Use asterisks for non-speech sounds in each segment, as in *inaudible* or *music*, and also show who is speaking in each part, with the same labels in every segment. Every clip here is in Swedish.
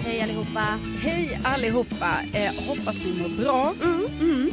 Speaker 1: Hej allihopa.
Speaker 2: Hej allihopa! Eh, hoppas ni mår bra.
Speaker 1: Mm.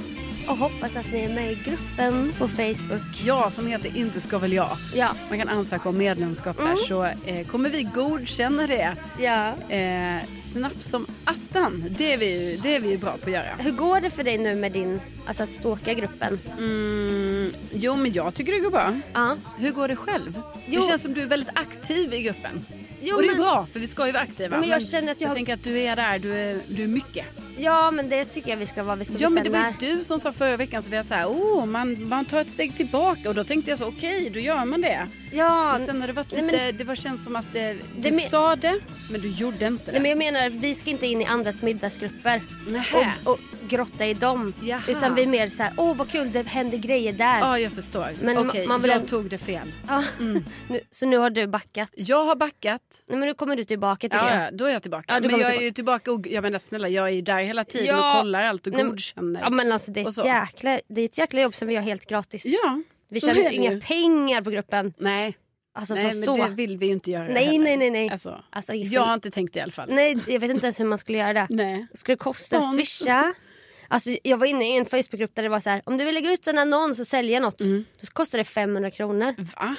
Speaker 1: Och hoppas att ni är med i gruppen på Facebook.
Speaker 2: Jag som heter Inte ska väl jag.
Speaker 1: Ja.
Speaker 2: Man kan ansöka om medlemskap där så eh, kommer vi godkänna det
Speaker 1: Mm. Ja.
Speaker 2: eh, snabbt som attan. Det är, vi ju, det är vi ju bra på att göra.
Speaker 1: Hur går det för dig nu med din, alltså att stalka gruppen?
Speaker 2: Mm, jo men jag tycker det går bra.
Speaker 1: Ja.
Speaker 2: Hur går det själv?
Speaker 1: Jo.
Speaker 2: Det känns som du är väldigt aktiv i gruppen.
Speaker 1: Jo,
Speaker 2: Och det är
Speaker 1: men-
Speaker 2: bra för vi ska ju vara aktiva.
Speaker 1: Men jag känner att jag har-
Speaker 2: tänker att du är där, du är, du är mycket.
Speaker 1: Ja men det tycker jag vi ska vara. Vi ska
Speaker 2: Ja men det var
Speaker 1: bestämma.
Speaker 2: ju du som sa förra veckan så vi så här, oh, man, man tar ett steg tillbaka och då tänkte jag så okej då gör man det.
Speaker 1: Ja.
Speaker 2: Men sen har det varit
Speaker 1: Nej,
Speaker 2: lite,
Speaker 1: men-
Speaker 2: det var känns som att eh, du
Speaker 1: Det men-
Speaker 2: sa det men du gjorde inte det.
Speaker 1: Nej, men jag menar, vi ska inte in i andras middagsgrupper
Speaker 2: Nähä.
Speaker 1: och, och grotta i dem.
Speaker 2: Jaha.
Speaker 1: Utan vi är mer så här, åh vad kul, det händer grejer där.
Speaker 2: Ja jag förstår.
Speaker 1: Men ma-
Speaker 2: Okej
Speaker 1: man vill
Speaker 2: jag
Speaker 1: ändå-
Speaker 2: tog det fel.
Speaker 1: Ja.
Speaker 2: Mm.
Speaker 1: nu, så nu har du backat.
Speaker 2: Jag har backat.
Speaker 1: Nej, men nu kommer du tillbaka till
Speaker 2: Ja,
Speaker 1: det.
Speaker 2: ja, då är jag tillbaka.
Speaker 1: Ja, du
Speaker 2: men jag
Speaker 1: kommer
Speaker 2: är ju tillbaka och jag menar snälla jag är ju där hela tiden
Speaker 1: Ja.
Speaker 2: och kollar allt och
Speaker 1: Nej, men-
Speaker 2: godkänner.
Speaker 1: Ja, men alltså, det, är
Speaker 2: Och så.
Speaker 1: ett jäkla, det är ett jäkla jobb som vi gör helt gratis.
Speaker 2: Ja,
Speaker 1: vi
Speaker 2: så
Speaker 1: tjänar
Speaker 2: är
Speaker 1: ju
Speaker 2: det
Speaker 1: inga
Speaker 2: ju.
Speaker 1: pengar på gruppen.
Speaker 2: Nej,
Speaker 1: Alltså,
Speaker 2: nej
Speaker 1: så,
Speaker 2: men
Speaker 1: så.
Speaker 2: det vill vi ju inte göra
Speaker 1: Nej,
Speaker 2: heller.
Speaker 1: nej, nej, nej.
Speaker 2: Alltså,
Speaker 1: Alltså, ifall-
Speaker 2: jag har inte tänkt det i alla fall.
Speaker 1: Nej, jag vet inte ens hur man skulle göra det.
Speaker 2: Nej.
Speaker 1: Skulle det kosta?
Speaker 2: Sånt.
Speaker 1: Swisha? Alltså, jag var inne i en Facebookgrupp där det var så här, om du vill lägga ut en annons och sälja något,
Speaker 2: Mm.
Speaker 1: då kostar det 500 kronor.
Speaker 2: Va?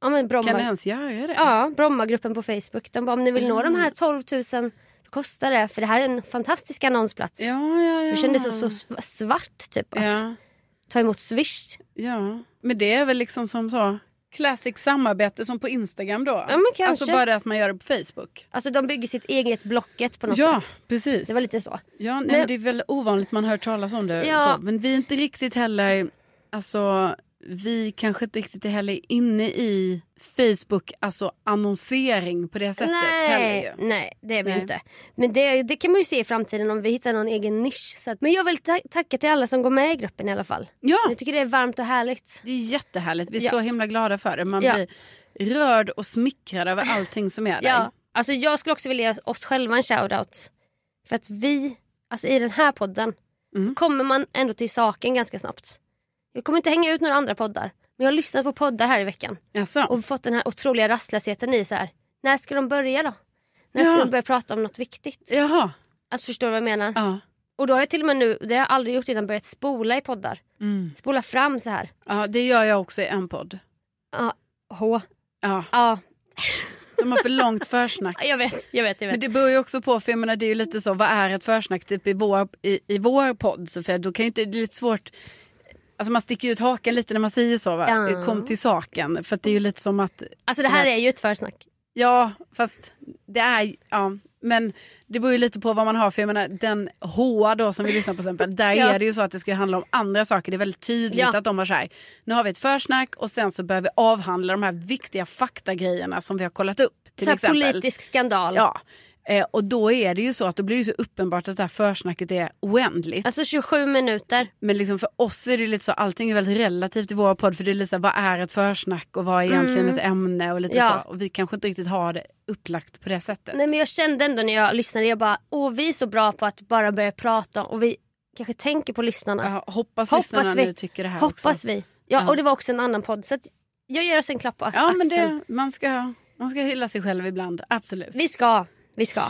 Speaker 1: Ja, men Bromma,
Speaker 2: Kan du ens göra det?
Speaker 1: Ja, Brommagruppen på Facebook. De bara, om ni vill nå de
Speaker 2: Mm.
Speaker 1: här 12 000, då kostar det. För det här är en fantastisk annonsplats.
Speaker 2: ja, ja. ja.
Speaker 1: Det kändes så, så sv- svart typ att
Speaker 2: Mm. Ja.
Speaker 1: ta emot Swish.
Speaker 2: Ja, men det är väl liksom som så classic samarbete som på Instagram då.
Speaker 1: men kanske.
Speaker 2: Alltså bara att man gör det på Facebook.
Speaker 1: Alltså de bygger sitt eget Blocket på något
Speaker 2: Ja,
Speaker 1: sätt.
Speaker 2: precis.
Speaker 1: Det var lite så.
Speaker 2: ja, nej,
Speaker 1: Nej.
Speaker 2: Men det är väl ovanligt man hör talas om det.
Speaker 1: Ja.
Speaker 2: Så. Men vi är inte riktigt heller, alltså vi kanske inte riktigt är heller inne i Facebook, alltså annonsering på det sättet
Speaker 1: nej, Mm.
Speaker 2: heller ju.
Speaker 1: nej, det är vi
Speaker 2: Nej.
Speaker 1: inte. Men det, det kan man ju se i framtiden om vi hittar någon egen nisch. Så att, men jag vill ta- tacka till alla som går med i gruppen i alla fall.
Speaker 2: Ja,
Speaker 1: Jag tycker det är varmt och härligt.
Speaker 2: det är jättehärligt. Vi är
Speaker 1: Ja.
Speaker 2: så himla glada för det. Man
Speaker 1: Ja.
Speaker 2: blir rörd och smickrad över allting som är där.
Speaker 1: Ja. Alltså jag skulle också vilja ge oss själva en shoutout. För att vi, alltså i den här podden,
Speaker 2: Mm.
Speaker 1: kommer man ändå till saken ganska snabbt. Jag kommer inte hänga ut några andra poddar. Men jag har lyssnat på poddar här i veckan
Speaker 2: Alltså,
Speaker 1: och fått den här otroliga rastlösheten i så här. När ska de börja då? När ska
Speaker 2: Ja.
Speaker 1: de börja prata om något viktigt?
Speaker 2: Jaha,
Speaker 1: Alltså förstår du vad jag menar?
Speaker 2: ja.
Speaker 1: Och då har jag till och med nu, det har jag aldrig gjort innan, börjat spola i poddar.
Speaker 2: Mm.
Speaker 1: Spola fram så här.
Speaker 2: Ja, det gör jag också i en podd.
Speaker 1: Ja, H.
Speaker 2: Ja,
Speaker 1: Ja,
Speaker 2: de har för långt försnack.
Speaker 1: jag vet, jag vet, *laughs* jag
Speaker 2: Men
Speaker 1: vet.
Speaker 2: det beror ju också på, för jag menar det är ju lite så, vad är ett försnack typ i vår, i, i vår podd Sofia? Då kan ju inte, det är lite svårt, alltså man sticker ju ut haken lite när man säger så va?
Speaker 1: Ja.
Speaker 2: Kom till saken, för att det är ju lite som att,
Speaker 1: Alltså det här är ju ett försnack.
Speaker 2: ja fast det är, ju- ja. Men det beror ju lite på vad man har, för jag menar den H då som vi lyssnar på exempel, där
Speaker 1: *laughs* Ja.
Speaker 2: är det ju så att det ska ju handla om andra saker. Det är väldigt tydligt
Speaker 1: Ja.
Speaker 2: att de har så här, nu har vi ett försnack och sen så börjar vi avhandla de här viktiga faktagrejerna som vi har kollat upp. Till
Speaker 1: Så här
Speaker 2: exempel.
Speaker 1: politisk skandal.
Speaker 2: Ja. Eh, och då är det ju så att då blir det ju så uppenbart att det här försnacket är oändligt.
Speaker 1: Alltså 27 minuter.
Speaker 2: Men liksom för oss är det ju lite så, allting är väldigt relativt i vår podd för det är lite så här, vad är ett försnack och vad är egentligen ett ämne och lite
Speaker 1: Mm. Ja.
Speaker 2: så. Och vi kanske inte riktigt har det upplagt på det sättet.
Speaker 1: Nej men jag kände ändå när jag lyssnade, jag bara, åh vi är så bra på att bara börja prata och vi kanske tänker på lyssnarna.
Speaker 2: Jag hoppas,
Speaker 1: Hoppas
Speaker 2: lyssnarna
Speaker 1: vi-
Speaker 2: nu tycker det här
Speaker 1: Hoppas
Speaker 2: också.
Speaker 1: vi. Ja,
Speaker 2: Ja.
Speaker 1: och det var också en annan podd så att jag ger oss en klapp på a-
Speaker 2: Ja men
Speaker 1: axeln.
Speaker 2: det, man, ska, man ska hylla sig själv ibland, absolut.
Speaker 1: Vi ska, vi ska.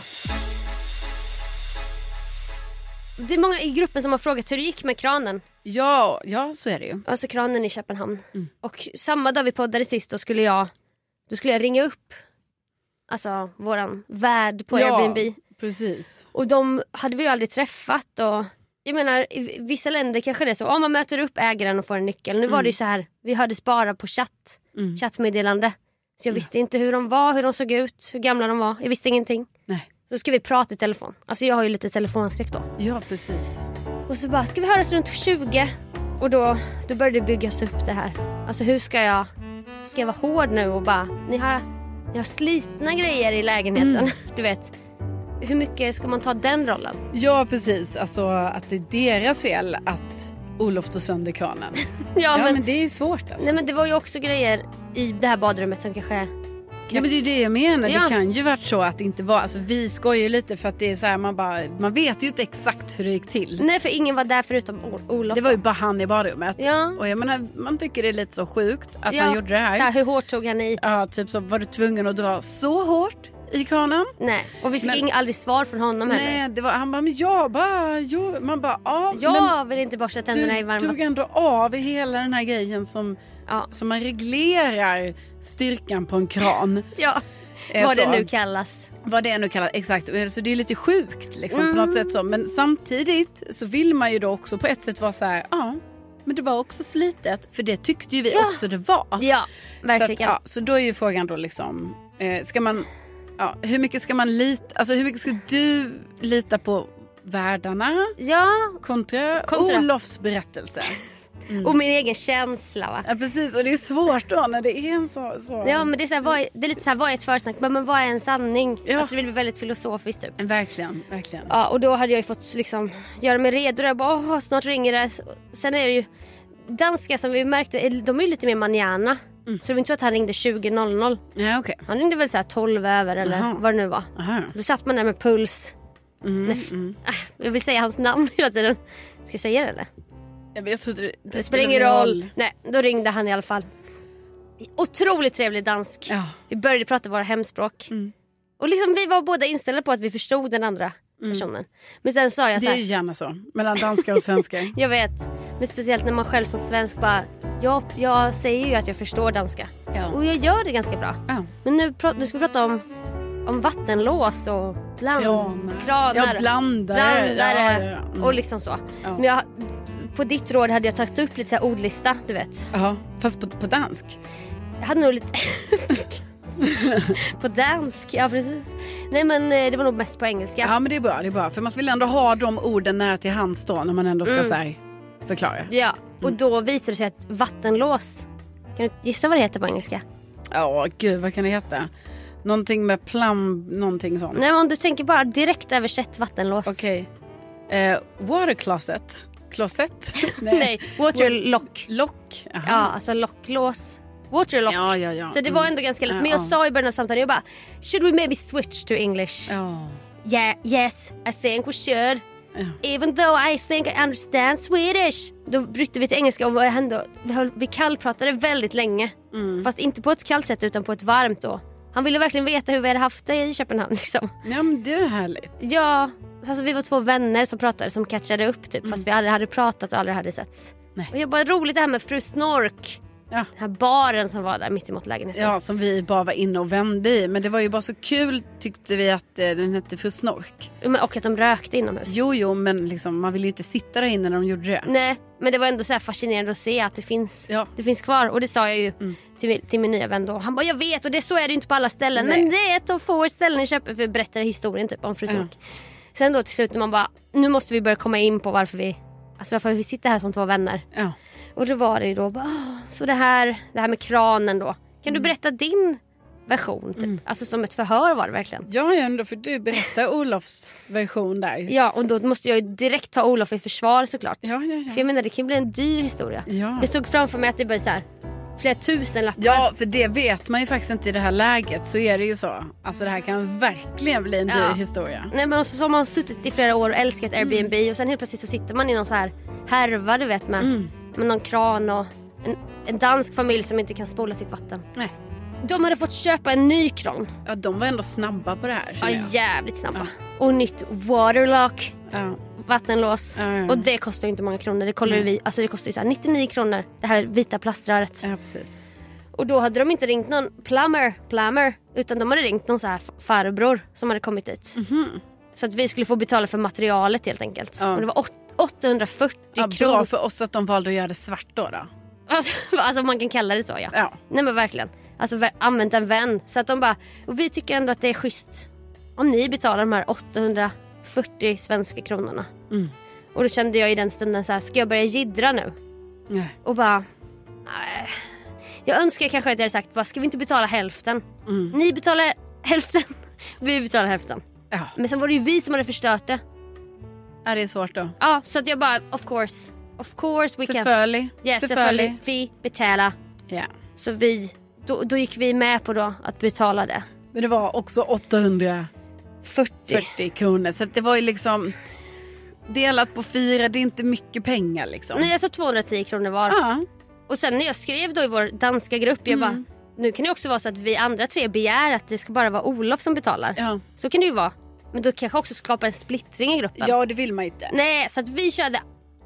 Speaker 1: Det är många i gruppen som har frågat hur det gick med kranen.
Speaker 2: Ja, ja så är det ju.
Speaker 1: Alltså kranen i Köpenhamn.
Speaker 2: Mm.
Speaker 1: Och samma dag vi poddade sist då skulle jag, då skulle jag ringa upp alltså våran värd på
Speaker 2: ja,
Speaker 1: Airbnb.
Speaker 2: Precis.
Speaker 1: Och de hade vi ju aldrig träffat. Och, jag menar, i vissa länder kanske det är så. Om man möter upp ägaren och får en nyckel. Nu var det ju så här, vi hördes bara på chatt,
Speaker 2: Mm.
Speaker 1: chattmeddelande. Så jag visste inte hur de var, hur de såg ut, hur gamla de var. Jag visste ingenting.
Speaker 2: Nej.
Speaker 1: Så ska vi prata i telefon. Alltså jag har ju lite telefonskräck då.
Speaker 2: Ja precis.
Speaker 1: Och så bara, ska vi höras runt 20? Och då, då började det byggas upp det här. Alltså hur ska jag, ska jag vara hård nu och bara, ni har, ni har slitna grejer i lägenheten.
Speaker 2: Mm.
Speaker 1: *laughs* Du vet, hur mycket ska man ta den rollen?
Speaker 2: Ja precis, alltså att det är deras fel att Olof tog sönder kranen.
Speaker 1: Ja,
Speaker 2: Ja,
Speaker 1: men,
Speaker 2: men det är svårt alltså.
Speaker 1: nej, men det var ju också grejer i det här badrummet som kanske...
Speaker 2: Ja men det är ju det jag menar.
Speaker 1: Ja.
Speaker 2: Det kan ju varit så att det inte var, alltså vi skojar ju lite för att det är så här, man bara, man vet ju inte exakt hur det gick till.
Speaker 1: Nej för ingen var där förutom O- Olof.
Speaker 2: Det var ju
Speaker 1: då.
Speaker 2: bara han i badrummet.
Speaker 1: Ja.
Speaker 2: Och jag menar, man tycker det är lite så sjukt att
Speaker 1: Ja,
Speaker 2: han gjorde det här.
Speaker 1: Så här, hur hårt tog han i?
Speaker 2: Ja, typ så var du tvungen att dra så hårt i kranen.
Speaker 1: Nej. Och vi fick
Speaker 2: Men-
Speaker 1: ing, aldrig svar från honom heller.
Speaker 2: Nej, det var, han bara, men jag bara, jag, man bara, ja. men
Speaker 1: Jag vill inte borsta tänderna i
Speaker 2: du tog
Speaker 1: varmvatten.
Speaker 2: ändå av hela den här grejen som,
Speaker 1: Ja.
Speaker 2: som man reglerar styrkan på en kran.
Speaker 1: *laughs* Ja,
Speaker 2: Eh,
Speaker 1: vad
Speaker 2: så.
Speaker 1: det nu kallas.
Speaker 2: Vad det nu kallas, exakt. eh, Så det är lite sjukt liksom, på
Speaker 1: Mm.
Speaker 2: något sätt. Så. Men samtidigt så vill man ju då också på ett sätt vara så här, ja, men det var också slitet. För det tyckte ju vi också det var.
Speaker 1: Ja,
Speaker 2: Så, att,
Speaker 1: verkligen.
Speaker 2: ja, så då är ju frågan då liksom, eh, ska man, ja, hur mycket ska man lita, alltså hur mycket ska du lita på värdarna
Speaker 1: ja.
Speaker 2: kontra,
Speaker 1: Kontra.
Speaker 2: Olofs berättelse? Mm.
Speaker 1: och min egen känsla va.
Speaker 2: Ja precis, och det är ju svårt då när det är en så, så
Speaker 1: Ja men det är, så här, vad är, det är lite så här, vad är ett försnack? Men, men vad är en sanning?
Speaker 2: Ja.
Speaker 1: Alltså det blir väldigt filosofiskt typ.
Speaker 2: verkligen, verkligen.
Speaker 1: Ja, och då hade jag ju fått liksom, göra mig redo. Jag bara, åh, snart ringer det. Sen är det ju danska som vi märkte, är- de är ju lite mer manjana.
Speaker 2: Mm.
Speaker 1: Så det var inte så att han ringde 20.00.
Speaker 2: Ja okej.
Speaker 1: Han ringde väl så här 12 över eller
Speaker 2: Jaha.
Speaker 1: vad det nu var.
Speaker 2: Aha.
Speaker 1: Då satt man där med puls.
Speaker 2: Mm,
Speaker 1: Men f-
Speaker 2: mm.
Speaker 1: Ah, Jag vill säga hans namn hela tiden. Ska jag säga det eller?
Speaker 2: Jag vet, jag trodde,
Speaker 1: Det spelar ingen roll. Nej, då ringde han i alla fall. Otroligt trevlig dansk.
Speaker 2: Ja.
Speaker 1: Vi började prata våra hemspråk.
Speaker 2: Mm.
Speaker 1: Och liksom, vi var båda inställda på att vi förstod den andra personen. Men sen sa jag så
Speaker 2: Mm. Det är
Speaker 1: här,
Speaker 2: ju gärna så, mellan danskar
Speaker 1: *laughs*
Speaker 2: och svenskar.
Speaker 1: Jag vet. Men speciellt när man själv som svensk bara... Jag, jag säger ju att jag förstår danska. Och jag gör det ganska bra.
Speaker 2: Ja.
Speaker 1: Men nu, pra- nu ska vi prata om, om vattenlås och bland,
Speaker 2: Kranar.
Speaker 1: kranar.
Speaker 2: Ja, blandare.
Speaker 1: blandare
Speaker 2: Ja, ja, ja. Mm.
Speaker 1: och liksom så.
Speaker 2: Ja.
Speaker 1: Men jag, på ditt råd hade jag tagit upp lite så här ordlista, du vet.
Speaker 2: Ja, fast på, på dansk.
Speaker 1: Jag hade nog lite... *laughs* på dansk, ja precis. Nej men eh, det var nog mest på engelska.
Speaker 2: Ja. men det är bra, det är bra. För man vill ändå ha de orden nära till hands då när man ändå ska
Speaker 1: Mm.
Speaker 2: så här, förklara.
Speaker 1: Ja,
Speaker 2: Mm.
Speaker 1: och då visade det sig att vattenlås, kan du gissa vad det heter på engelska?
Speaker 2: Ja, gud vad kan det heta? Någonting med plum, någonting sånt.
Speaker 1: Nej men om du tänker bara direkt översätt vattenlås.
Speaker 2: Okej. Eh, water closet.
Speaker 1: *laughs*
Speaker 2: Closet?
Speaker 1: Nej, waterlock.
Speaker 2: Lock. Jaha.
Speaker 1: Ja, alltså locklås. Waterlock.
Speaker 2: Ja, ja, ja.
Speaker 1: Så det
Speaker 2: Mm.
Speaker 1: var ändå ganska lätt. Men
Speaker 2: Ja,
Speaker 1: jag
Speaker 2: ja.
Speaker 1: sa i början av samtalet, jag bara Should we maybe switch to English?
Speaker 2: Ja.
Speaker 1: Yeah, yes, I think we should.
Speaker 2: Ja.
Speaker 1: Even though I think I understand Swedish. Då brytte vi till engelska och vad hände? Vi, höll, vi kallpratade väldigt länge.
Speaker 2: Mm.
Speaker 1: Fast inte på ett kallt sätt utan på ett varmt då. Han ville verkligen veta hur vi hade haft det i Köpenhamn *laughs* liksom.
Speaker 2: ja, men det är härligt.
Speaker 1: Ja, Så Alltså, vi var två vänner som pratade som catchade upp typ
Speaker 2: Mm.
Speaker 1: fast vi aldrig hade pratat och aldrig hade setts.
Speaker 2: Nej.
Speaker 1: Och jag bara roligt det här med fru Snork.
Speaker 2: Ja.
Speaker 1: Den här baren som var där mittemot lägenheten.
Speaker 2: Ja, som vi bara var inne och vände i. Men det var ju bara så kul tyckte vi att eh, den hette Fru Snork.
Speaker 1: Men- Och att de rökte inomhus.
Speaker 2: Jo, jo, men liksom, man ville ju inte sitta där inne när de gjorde det.
Speaker 1: Nej men det var ändå så här fascinerande att se att det finns,
Speaker 2: Ja.
Speaker 1: det finns kvar. Och det sa jag ju
Speaker 2: Mm.
Speaker 1: till, min- till min nya vän då. Han bara jag vet och det så är det ju inte på alla ställen.
Speaker 2: Nej.
Speaker 1: Men det är ett av få ställen i Köpenhamn berättar historien typ om fru Snork. Sen då till slut när man bara nu måste vi börja komma in på varför vi, alltså varför vi sitter här som två vänner.
Speaker 2: Ja.
Speaker 1: Och då var det ju då bara, "Åh, så det här, det här med kranen då. Kan
Speaker 2: Mm.
Speaker 1: du berätta din version? Typ? Alltså som ett förhör var det verkligen.
Speaker 2: Ja, ja, ändå för
Speaker 1: *laughs*
Speaker 2: du berättar Olofs version där.
Speaker 1: Ja och då måste jag ju direkt ta Olof i försvar såklart.
Speaker 2: Ja, ja, ja.
Speaker 1: För jag menar det kan bli en dyr historia.
Speaker 2: Ja.
Speaker 1: Jag såg framför mig att det blir så här, flera tusen lappar.
Speaker 2: Ja, för det vet man ju faktiskt inte i det här läget. Så är det ju så. Alltså det här kan verkligen bli en dyr
Speaker 1: Ja.
Speaker 2: historia.
Speaker 1: Nej men och så så har man suttit i flera år och älskat Airbnb och sen helt plötsligt så sitter man i någon så här härva du vet med, med någon kran och en, en dansk familj som inte kan spola sitt vatten.
Speaker 2: Nej.
Speaker 1: De hade fått köpa en ny kran.
Speaker 2: Ja, de var ändå snabba på det här.
Speaker 1: Ja,
Speaker 2: känner jag.
Speaker 1: jävligt snabba. Och nytt waterlock,
Speaker 2: Ja.
Speaker 1: vattenlås.
Speaker 2: Ja, ja, ja.
Speaker 1: Och det kostar ju inte många kronor. Det kollar ju vi. Alltså det kostar ju så här 99 kronor. Det här vita plaströret.
Speaker 2: ja, precis.
Speaker 1: Och då hade de inte ringt någon plumber, plumber. Utan de hade ringt någon så här f- farbror som hade kommit dit. Så att vi skulle få betala för materialet helt enkelt.
Speaker 2: Mhm. Ja.
Speaker 1: Och det var åt- 840
Speaker 2: Ja,
Speaker 1: kronor.
Speaker 2: bra för oss att de valde att göra det svart då. då.
Speaker 1: *laughs* Alltså, alltså man kan kalla det så ja.
Speaker 2: Ja.
Speaker 1: Nej men verkligen. Alltså ver- använt en vän. Så att de bara, och vi tycker ändå att det är schysst om ni betalar de här 840 svenska kronorna.
Speaker 2: Mm.
Speaker 1: Och då kände jag i den stunden så här, ska jag börja jiddra nu?
Speaker 2: Nej.
Speaker 1: Och bara, nej. jag önskar kanske att jag hade sagt, bara, ska vi inte betala hälften? Ni betalar hälften, *laughs* vi betalar hälften.
Speaker 2: Ja.
Speaker 1: Men sen var det ju vi som hade förstört det.
Speaker 2: ja, det är svårt då.
Speaker 1: Ja, så att jag bara, of course. Of course we can.
Speaker 2: Seföli.
Speaker 1: Ja, Seföli. Vi betalar.
Speaker 2: Ja.
Speaker 1: Så vi, då, då gick vi med på då att betala det.
Speaker 2: Men det var också 840
Speaker 1: 40.
Speaker 2: kronor. Så att det var ju liksom delat på fyra. Det är inte mycket pengar liksom.
Speaker 1: Nej, alltså 210 kronor var.
Speaker 2: Ja.
Speaker 1: Och sen när jag skrev då i vår danska grupp, jag bara, nu kan det också vara så att vi andra tre begär att det ska bara vara Olof som betalar.
Speaker 2: Ja.
Speaker 1: Så kan det ju vara. Men då kanske också skapa en splittring i gruppen.
Speaker 2: ja, det vill man ju inte.
Speaker 1: Nej, så att vi körde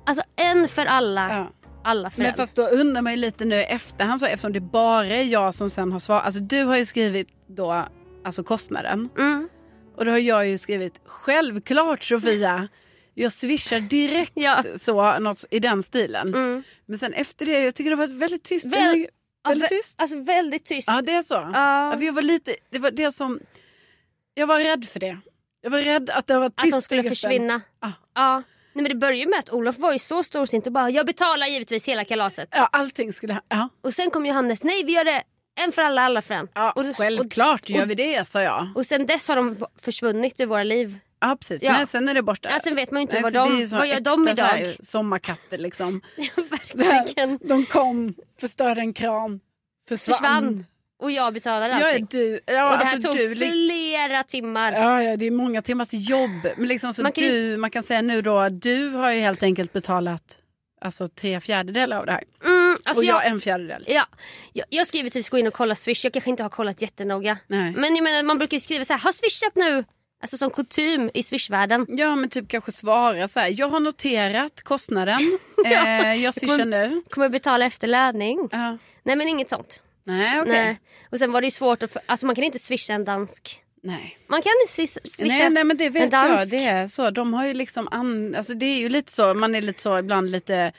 Speaker 1: alltså en för alla,
Speaker 2: Ja.
Speaker 1: alla för
Speaker 2: Men
Speaker 1: en.
Speaker 2: fast då undrar man ju lite nu i efterhand så eftersom det bara är jag som sen har svarat. Alltså du har ju skrivit då alltså kostnaden.
Speaker 1: Mm.
Speaker 2: Och då har jag ju skrivit självklart Sofia. Jag swishar direkt
Speaker 1: *laughs* Ja.
Speaker 2: så något i den stilen.
Speaker 1: Mm.
Speaker 2: Men sen efter det, jag tycker det har varit väldigt tyst.
Speaker 1: Väl-
Speaker 2: väldigt
Speaker 1: Ja, vä-
Speaker 2: tyst.
Speaker 1: Alltså väldigt tyst.
Speaker 2: Ja det är så. Ja, för jag var lite, det var det som, jag var rädd för det. Jag var rädd att det var tyst
Speaker 1: att de
Speaker 2: i
Speaker 1: skulle
Speaker 2: gruppen. Ah.
Speaker 1: försvinna.
Speaker 2: Ja.
Speaker 1: Ja. Nej, men det började ju med att Olof var ju så storsint och bara jag betalar givetvis hela kalaset.
Speaker 2: Ja allting skulle, ja,
Speaker 1: Och sen kom Johannes, nej vi gör det en för alla, alla för en.
Speaker 2: ja
Speaker 1: och, då-
Speaker 2: självklart gör
Speaker 1: och-
Speaker 2: vi det sa jag.
Speaker 1: och, och sen dess har de försvunnit ur våra liv.
Speaker 2: Ja precis,
Speaker 1: Ja.
Speaker 2: Nej, sen är det borta.
Speaker 1: Ja, sen vet man ju inte
Speaker 2: Nej,
Speaker 1: vad,
Speaker 2: så Alltså, det är
Speaker 1: de,
Speaker 2: ju så
Speaker 1: vad gör
Speaker 2: äkta
Speaker 1: de
Speaker 2: så
Speaker 1: idag.
Speaker 2: här sommarkatter liksom.
Speaker 1: *laughs* Verkligen.
Speaker 2: De kom, förstörde en kran, försvann.
Speaker 1: Försvann. Och jag betalade
Speaker 2: Jag är
Speaker 1: allting.
Speaker 2: du, ja,
Speaker 1: och det här
Speaker 2: alltså,
Speaker 1: tog
Speaker 2: du, li-
Speaker 1: flera timmar.
Speaker 2: Ja, ja, det är många timmars jobb. Men liksom, så
Speaker 1: Man
Speaker 2: man,
Speaker 1: kan
Speaker 2: kan
Speaker 1: ju-
Speaker 2: du, man kan säga nu då, du har ju helt enkelt betalat alltså, tre fjärdedelar av det här.
Speaker 1: Mm, alltså
Speaker 2: och jag,
Speaker 1: jag,
Speaker 2: en fjärdedel.
Speaker 1: ja, jag, jag skriver till att vi ska gå in och kolla swish. Jag kanske inte har kollat jättenoga.
Speaker 2: Nej.
Speaker 1: Men jag menar, man brukar ju skriva så här, har swishat nu? Alltså som kutym i swishvärlden.
Speaker 2: Ja men typ kanske svara så här, jag har noterat
Speaker 1: *laughs*
Speaker 2: kostnaden, eh, jag swishar nu.
Speaker 1: Kommer jag betala efterlöning?
Speaker 2: Ja.
Speaker 1: Nej men inget sånt.
Speaker 2: Nej okej.
Speaker 1: Nej. Och sen var det ju svårt att, få- alltså man kan inte swisha en dansk.
Speaker 2: Nej.
Speaker 1: Man kan swisha, swisha
Speaker 2: Nej, nej men det
Speaker 1: en
Speaker 2: vet
Speaker 1: dansk.
Speaker 2: jag. Det är så. De har ju liksom an... alltså, det är ju lite så, man är lite så ibland lite,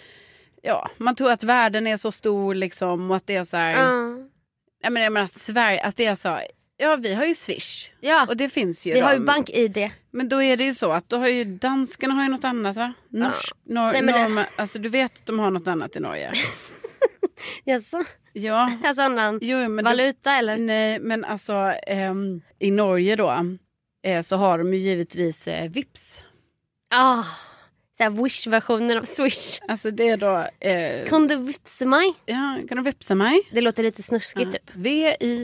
Speaker 2: ja man tror att världen är så stor liksom och att det är så här,
Speaker 1: Ja.
Speaker 2: jag menar, jag menar att Sverige, att det är så, ja vi har ju Swish
Speaker 1: Ja,
Speaker 2: och det finns ju
Speaker 1: vi har ju
Speaker 2: dem.
Speaker 1: bank-id.
Speaker 2: Men då är det ju så att då har ju danskarna har ju något annat va? Norsk, nor-
Speaker 1: Nej, men det-
Speaker 2: norma- alltså du vet att de har något annat
Speaker 1: *laughs*
Speaker 2: i Norge.
Speaker 1: Jaså?
Speaker 2: ja.
Speaker 1: *laughs* Alltså annan
Speaker 2: Jo, men då-
Speaker 1: valuta eller?
Speaker 2: Nej, men alltså ehm, i Norge då eh, så har de ju givetvis eh, Vips.
Speaker 1: Ja. Såhär wish-versionen av swish.
Speaker 2: Alltså det är då... Eh,
Speaker 1: Kan du vipsa mig?
Speaker 2: ja, kan du vipsa mig?
Speaker 1: Det låter lite snuskigt typ.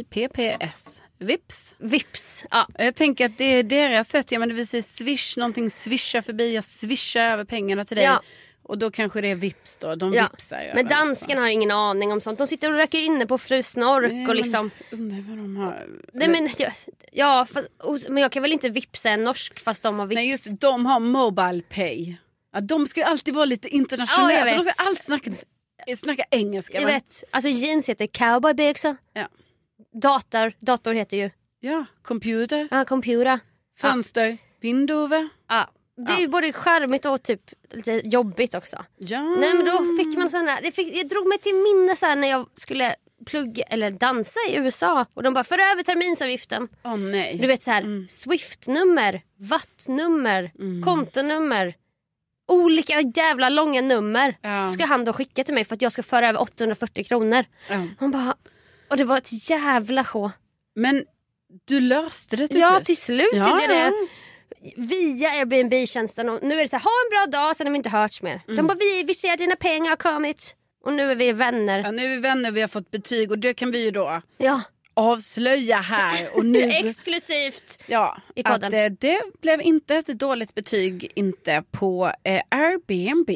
Speaker 2: V-I-P-P-S. Vips.
Speaker 1: Vips. Ja.
Speaker 2: Jag tänker att det är deras sätt. Jag menar, vi säger swish, någonting swisha förbi. Jag swishar över pengarna till dig.
Speaker 1: Ja.
Speaker 2: Och då kanske det är vips då, de
Speaker 1: Ja.
Speaker 2: vipsar
Speaker 1: Men danskarna har ingen aning om sånt. De sitter och röker inne på Fru Snork och liksom...
Speaker 2: Undrar vad de har...
Speaker 1: Nej, men, jag- ja, fast, os- men jag kan väl inte vipsa en norsk fast de har vips.
Speaker 2: Nej just det, de har Mobile Pay. Ja, de ska ju alltid vara lite internationella
Speaker 1: Ja, jag
Speaker 2: så de
Speaker 1: vet.
Speaker 2: ska alltid snacka, snacka engelska.
Speaker 1: Jag
Speaker 2: va?
Speaker 1: vet, alltså jeans heter cowboybyxa.
Speaker 2: Ja.
Speaker 1: Dator, dator heter ju
Speaker 2: Ja, computer,
Speaker 1: ja, computer.
Speaker 2: fönster, vindove.
Speaker 1: Ja. Det är ju både charmigt och typ lite jobbigt också.
Speaker 2: Ja.
Speaker 1: Nej men då fick man sån här, det fick, jag drog mig till minne så här när jag skulle plugga eller dansa i USA och de bara för över terminsavgiften.
Speaker 2: Åh nej. Mm.
Speaker 1: Du vet så här Swift-nummer, VAT-nummer, kontonummer. Olika jävla långa nummer
Speaker 2: Ja.
Speaker 1: ska han då skicka till mig för att jag ska föra över 840 kronor.
Speaker 2: Ja.
Speaker 1: Han bara, och det var ett jävla sjå.
Speaker 2: Men du löste det till
Speaker 1: Ja
Speaker 2: slut?
Speaker 1: till slut
Speaker 2: Ja,
Speaker 1: gjorde jag det.
Speaker 2: ja.
Speaker 1: Via Airbnb-tjänsten och nu är det så här, ha en bra dag sen har vi inte hörts mer.
Speaker 2: Mm.
Speaker 1: De bara, vi, vi ser att dina pengar har kommit och nu är vi
Speaker 2: Ja,
Speaker 1: vänner.
Speaker 2: nu är vi vänner, vi har fått betyg och det kan vi ju då
Speaker 1: Ja,
Speaker 2: avslöja här
Speaker 1: *laughs*
Speaker 2: och nu.
Speaker 1: exklusivt.
Speaker 2: Ja,
Speaker 1: i podden.
Speaker 2: att eh, det blev inte ett dåligt betyg inte på eh, Airbnb.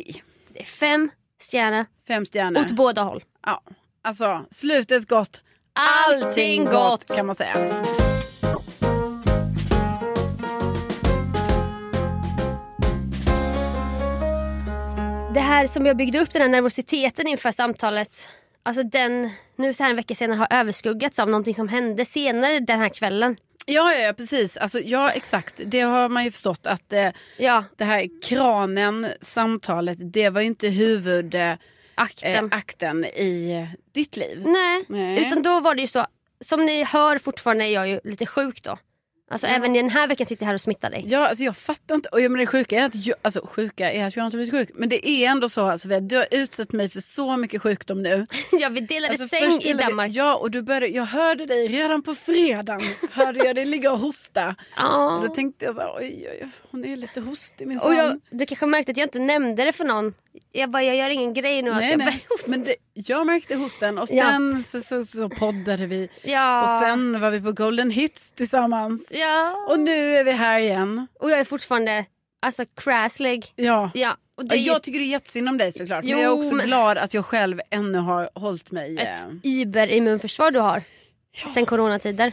Speaker 1: Det är fem stjärnor
Speaker 2: Fem stjärnor.
Speaker 1: åt båda håll.
Speaker 2: Ja, alltså slutet gott.
Speaker 1: Allting gott.
Speaker 2: kan man säga.
Speaker 1: Det här som jag byggde upp den här nervositeten inför samtalet. Alltså den nu så här en vecka senare har överskuggats av någonting som hände senare den här kvällen.
Speaker 2: Ja, ja, ja precis. Alltså, ja, exakt. Det har man ju förstått att eh,
Speaker 1: Ja,
Speaker 2: det här kranen, samtalet, det var ju inte huvudakten eh,
Speaker 1: akten.
Speaker 2: akten i eh, ditt liv.
Speaker 1: Nej.
Speaker 2: Nej.
Speaker 1: utan då var det ju så. Som ni hör fortfarande är jag ju lite sjuk då. Alltså även i den här veckan sitter jag här och smittar dig. *laughs*
Speaker 2: Ja, alltså jag fattar inte. Och jag, men det sjuka är att jag, alltså, sjuka är att jag inte har blivit sjuk. Men det är ändå så alltså, Sofia, du har utsatt mig för så mycket sjukdom nu.
Speaker 1: ja, vi delade säng
Speaker 2: Alltså, först
Speaker 1: i
Speaker 2: gillade vi-
Speaker 1: Danmark.
Speaker 2: Ja, och du började, jag hörde dig redan på fredagen. hörde jag dig ligga och hosta.
Speaker 1: *laughs* Ja.
Speaker 2: Och då tänkte jag så här, oj, oj, oj, hon är lite hostig min
Speaker 1: Och jag, du kanske märkte att jag inte nämnde det för någon. Jag bara, jag gör ingen grej nu att
Speaker 2: Nej,
Speaker 1: jag
Speaker 2: nej.
Speaker 1: bara,
Speaker 2: Men det, jag märkte hosten och
Speaker 1: Ja.
Speaker 2: sen så, så, så poddade vi.
Speaker 1: Ja.
Speaker 2: Och sen var vi på Golden Hits tillsammans.
Speaker 1: Ja.
Speaker 2: Och nu är vi här igen.
Speaker 1: Och jag är fortfarande alltså crasslig.
Speaker 2: Ja.
Speaker 1: Ja, och det
Speaker 2: Ja,
Speaker 1: är
Speaker 2: Jag tycker det är jättesynd om dig såklart.
Speaker 1: Jo,
Speaker 2: men jag är också
Speaker 1: men-
Speaker 2: glad att jag själv ännu har hållit mig. eh,
Speaker 1: ett überimmunförsvar du har. Sen coronatider.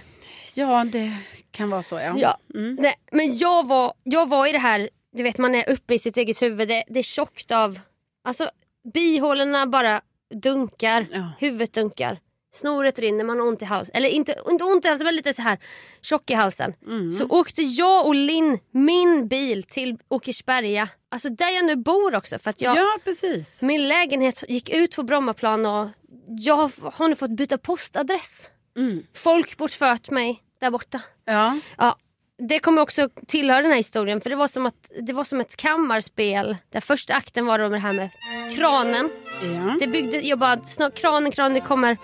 Speaker 2: Ja, det kan vara så ja. Mm.
Speaker 1: Nej, men jag var, jag var i det här, du vet man är uppe i sitt eget huvud. Det, det är tjockt av, alltså bihålorna bara dunkar.
Speaker 2: Ja.
Speaker 1: Huvudet dunkar. Snoret rinner, man har ont i halsen. Eller inte, inte ont i halsen men lite så här tjock i halsen. Så åkte jag och Linn min bil till Åkersberga. Alltså där jag nu bor också. För att jag,
Speaker 2: ja, precis.
Speaker 1: Min lägenhet gick ut på Brommaplan och jag har nu fått byta postadress. Folk bortfört mig där borta.
Speaker 2: Ja.
Speaker 1: Ja, det kommer också tillhöra den här historien för det var som, att, det var som ett kammarspel. Där första akten var då med det här med kranen.
Speaker 2: Ja.
Speaker 1: Det byggde, jag bara, snart, kranen, kranen, det kommer